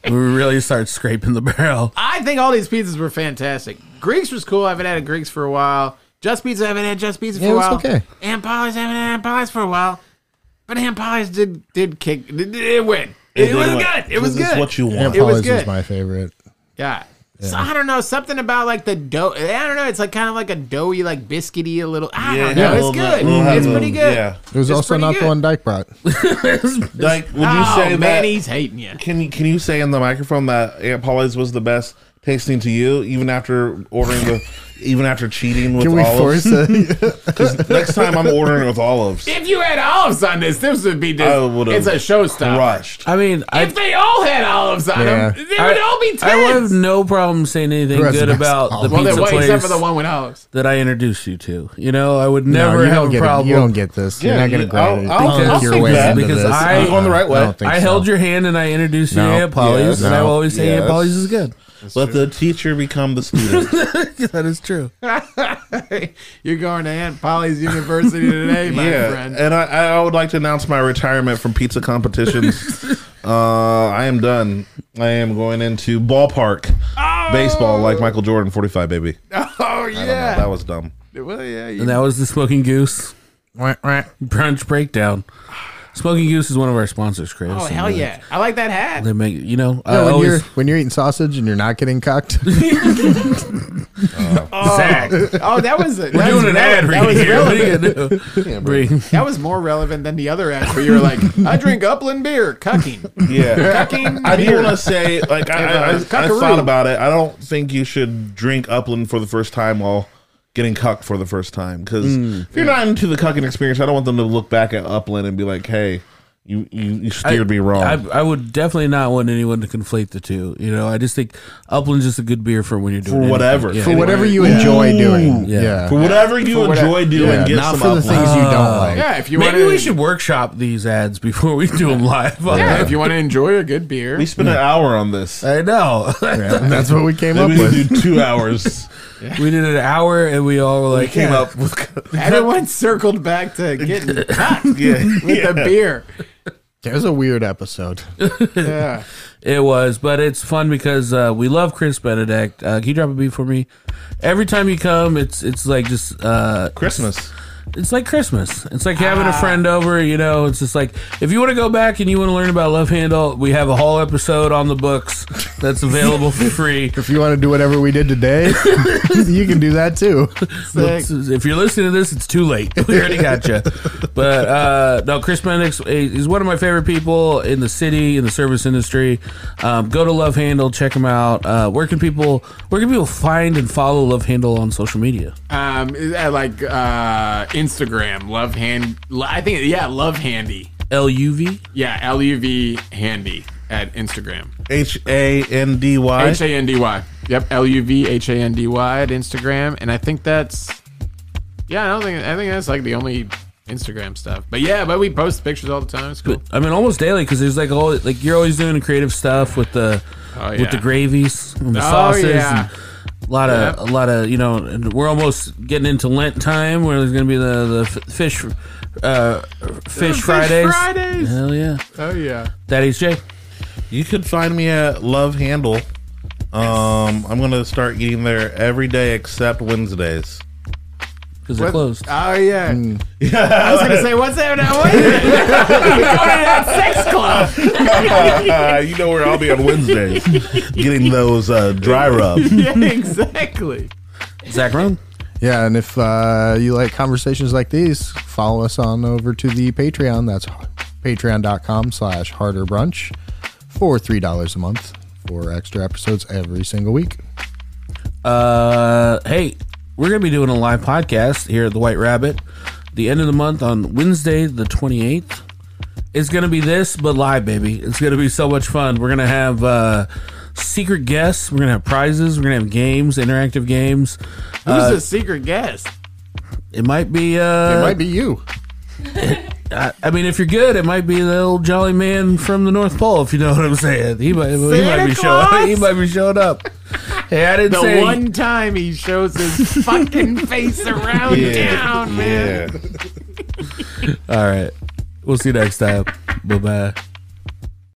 Speaker 2: we really start scraping the barrel.
Speaker 5: I think all these pizzas were fantastic. Greeks was cool. I haven't had a Greeks for a while. Just Pizza, I haven't had Just Pizza for
Speaker 4: Yeah,
Speaker 5: a
Speaker 4: it was
Speaker 5: while.
Speaker 4: okay.
Speaker 5: And Polly's, I haven't had Aunt Polly's for a while. But Aunt Polly's did did kick. Did, did- it went. It, was good. It was
Speaker 1: It's
Speaker 5: good.
Speaker 1: what you want.
Speaker 4: Aunt
Speaker 5: It was
Speaker 4: Polly's
Speaker 5: good.
Speaker 4: was my favorite.
Speaker 5: Yeah. So I don't know something about like the dough. I don't know. It's like kind of like a doughy, like biscuity, a little. I don't know.
Speaker 1: a
Speaker 5: It's
Speaker 1: little bit.
Speaker 5: good.
Speaker 1: We'll have
Speaker 5: it's
Speaker 1: a-
Speaker 5: pretty good.
Speaker 1: Yeah.
Speaker 4: It was
Speaker 5: It's
Speaker 4: also
Speaker 5: pretty
Speaker 4: not
Speaker 5: good.
Speaker 4: the one Dyke brought.
Speaker 1: Like, would you
Speaker 5: oh
Speaker 1: say
Speaker 5: man,
Speaker 1: that?
Speaker 5: he's hating you.
Speaker 1: Can you can you say in the microphone that Aunt Polly's was the best tasting to you, even after ordering the, even after cheating with
Speaker 4: Can we
Speaker 1: olives?
Speaker 4: force it?
Speaker 1: Next time I'm ordering it with olives.
Speaker 5: If you had olives on this, this would be
Speaker 1: I
Speaker 5: just.
Speaker 1: would have
Speaker 5: It's a showstopper.
Speaker 1: crushed.
Speaker 2: I mean, I,
Speaker 5: If they all had olives on
Speaker 4: Yeah.
Speaker 5: them, they would all be tens.
Speaker 2: I will have no problem saying anything
Speaker 4: Who has
Speaker 2: good
Speaker 4: the best
Speaker 2: about the
Speaker 4: olive?
Speaker 5: well,
Speaker 2: pizza
Speaker 5: then wait,
Speaker 2: place
Speaker 5: except for the one with olives.
Speaker 2: that I introduced you to. You know, I would
Speaker 4: No,
Speaker 2: never
Speaker 4: you
Speaker 2: have
Speaker 4: don't
Speaker 2: a
Speaker 4: get it.
Speaker 2: problem.
Speaker 4: You don't get this. You're
Speaker 1: Yeah,
Speaker 4: not going
Speaker 1: you-
Speaker 4: to grab
Speaker 1: I'll-
Speaker 4: it. You
Speaker 1: I'll-
Speaker 4: think
Speaker 1: I'll
Speaker 4: your
Speaker 1: take
Speaker 4: way
Speaker 1: that
Speaker 4: into
Speaker 2: because
Speaker 4: this. Uh,
Speaker 2: I-
Speaker 1: You're going the right way.
Speaker 4: don't think
Speaker 2: I
Speaker 4: so.
Speaker 2: held your hand and I introduced you to
Speaker 4: No,
Speaker 2: Aunt Polly's,
Speaker 4: yes,
Speaker 2: and I
Speaker 4: no,
Speaker 2: will always say Aunt
Speaker 1: yes.
Speaker 2: Polly's is good.
Speaker 1: Let the teacher become the student.
Speaker 2: that is true.
Speaker 5: You're going to Aunt
Speaker 4: Oh,
Speaker 5: Polly's University today, my
Speaker 1: yeah,
Speaker 5: friend.
Speaker 1: and I, I would like to announce my retirement from pizza competitions. uh, I am done. I am going into ballpark baseball like Michael Jordan, forty five baby.
Speaker 5: Oh yeah.
Speaker 1: That was dumb.
Speaker 5: Well, yeah. You,
Speaker 2: And that was the Smoking Goose
Speaker 4: Wah, wah.
Speaker 2: brunch breakdown. Smoking Goose is one of our sponsors, Chris.
Speaker 5: oh
Speaker 2: and
Speaker 5: hell
Speaker 2: they-
Speaker 5: yeah! I like that hat.
Speaker 2: They make you know. I
Speaker 4: Yeah, when
Speaker 2: always
Speaker 4: you're when you're eating sausage and you're not getting cocked.
Speaker 2: Zach.
Speaker 5: Oh, that was a,
Speaker 2: We're
Speaker 5: that was rele-
Speaker 2: doing an ad
Speaker 5: That
Speaker 2: right
Speaker 5: was
Speaker 2: here. What are
Speaker 5: relevant.
Speaker 2: you gonna do? Bring-
Speaker 5: That was more relevant than the other ad where you were like, "I drink Upland beer, cucking,
Speaker 1: Yeah.
Speaker 5: cucking
Speaker 1: I do
Speaker 5: beer."
Speaker 1: want to say, like, I, I, I, I
Speaker 5: Cuckaroo.
Speaker 1: thought about it. I don't think you should drink Upland for the first time while getting cucked for the first time. Because if you're not into the cucking experience, I don't want them to look back at Upland and be like, hey, you, you, you steered me wrong.
Speaker 2: I, I would definitely not want anyone to conflate the two. You know, I just think Upland's just a good beer for when you're doing
Speaker 1: for
Speaker 2: anything.
Speaker 1: whatever.
Speaker 2: Yeah.
Speaker 4: For whatever you enjoy doing.
Speaker 2: Yeah.
Speaker 4: Yeah.
Speaker 1: For whatever you
Speaker 5: For whatever-
Speaker 1: enjoy doing,
Speaker 4: Yeah,
Speaker 1: get
Speaker 4: Not
Speaker 1: some
Speaker 4: for the
Speaker 1: Upland.
Speaker 4: things you don't like.
Speaker 5: Yeah, if you want
Speaker 2: Maybe
Speaker 5: to,
Speaker 2: we should workshop these ads before we do them live.
Speaker 5: Yeah, if you want to enjoy a good beer,
Speaker 1: we spent an hour on this.
Speaker 2: I know.
Speaker 4: That's what we came up
Speaker 1: Maybe we
Speaker 4: with.
Speaker 1: do two hours.
Speaker 2: we did an hour and we all were like,
Speaker 1: Came
Speaker 2: yeah.
Speaker 1: up with
Speaker 5: everyone circled back to getting cucked
Speaker 1: yeah,
Speaker 5: with
Speaker 1: yeah.
Speaker 5: a beer.
Speaker 4: It was a weird episode.
Speaker 5: Yeah.
Speaker 2: It was, but it's fun because uh, we love Chris Benedict. Uh, can you drop a beat for me? Every time you come, it's it's like just uh,
Speaker 1: Christmas.
Speaker 2: it's like Christmas. It's like
Speaker 5: Ah.
Speaker 2: having a friend over, you know. It's just like if you want to go back and you want to learn about Love Handle, we have a whole episode on the books that's available for free.
Speaker 4: If you want to do whatever we did today, you can do that too.
Speaker 2: Let's- if you're listening to this, it's too late. We already got you. But uh, no, Chris Bendix is one of my favorite people in the city in the service industry. Um, go to Love Handle, check him out. Uh, where can people where can people find and follow Love Handle on social media?
Speaker 5: Um, I like uh, Instagram, love hand. I think yeah, love handy.
Speaker 2: L U V.
Speaker 5: Yeah, L U V handy at Instagram.
Speaker 1: H A N D Y.
Speaker 5: H A N D Y. Yep, L U V H A N D Y at Instagram, and I think that's. Yeah, I don't think I think that's like the only Instagram stuff. But yeah, but we post pictures all the time. It's cool.
Speaker 2: I mean, almost daily because there's like all like you're always doing the creative stuff with the
Speaker 5: Oh, yeah.
Speaker 2: with the gravies and the
Speaker 5: Oh,
Speaker 2: sauces.
Speaker 5: yeah.
Speaker 2: And, a lot
Speaker 5: Yep.
Speaker 2: of a lot of you know and we're almost getting into Lent time where there's gonna be the the f- fish uh, fish Fridays.
Speaker 5: Fridays.
Speaker 2: Hell yeah,
Speaker 5: Oh yeah.
Speaker 2: Daddy's Jay.
Speaker 1: You can find me at Love Handle. Um, I'm gonna start eating there every day except Wednesdays.
Speaker 2: Because they're closed.
Speaker 5: Oh yeah. I was gonna say what's that? What is it?
Speaker 1: Uh, you know where I'll be on Wednesdays, getting those uh, dry rubs.
Speaker 5: Yeah, exactly.
Speaker 2: Zach Rohn.
Speaker 4: Yeah, and if uh, you like conversations like these, follow us on over to the Patreon. That's patreon.com slash harder brunch for $3 a month for extra episodes every single week.
Speaker 2: Uh, hey, we're gonna be doing a live podcast here at the White Rabbit, the end of the month on Wednesday the twenty eighth. It's gonna be this, but live, baby. It's gonna be so much fun. We're gonna have uh, secret guests. We're gonna have prizes. We're gonna have games, interactive games.
Speaker 5: Who's the secret guest?
Speaker 2: It might be.
Speaker 4: It
Speaker 2: Uh,
Speaker 4: might be you.
Speaker 2: I, I mean, if you're good, it might be the old jolly man from the North Pole. If you know what I'm saying, he might, he might be showing.
Speaker 5: Claus?
Speaker 2: He might be showing up. Hey, I didn't
Speaker 5: The
Speaker 2: say.
Speaker 5: one time he shows his fucking face around town, man.
Speaker 1: Yeah.
Speaker 2: All right, we'll see you next time. Bye bye.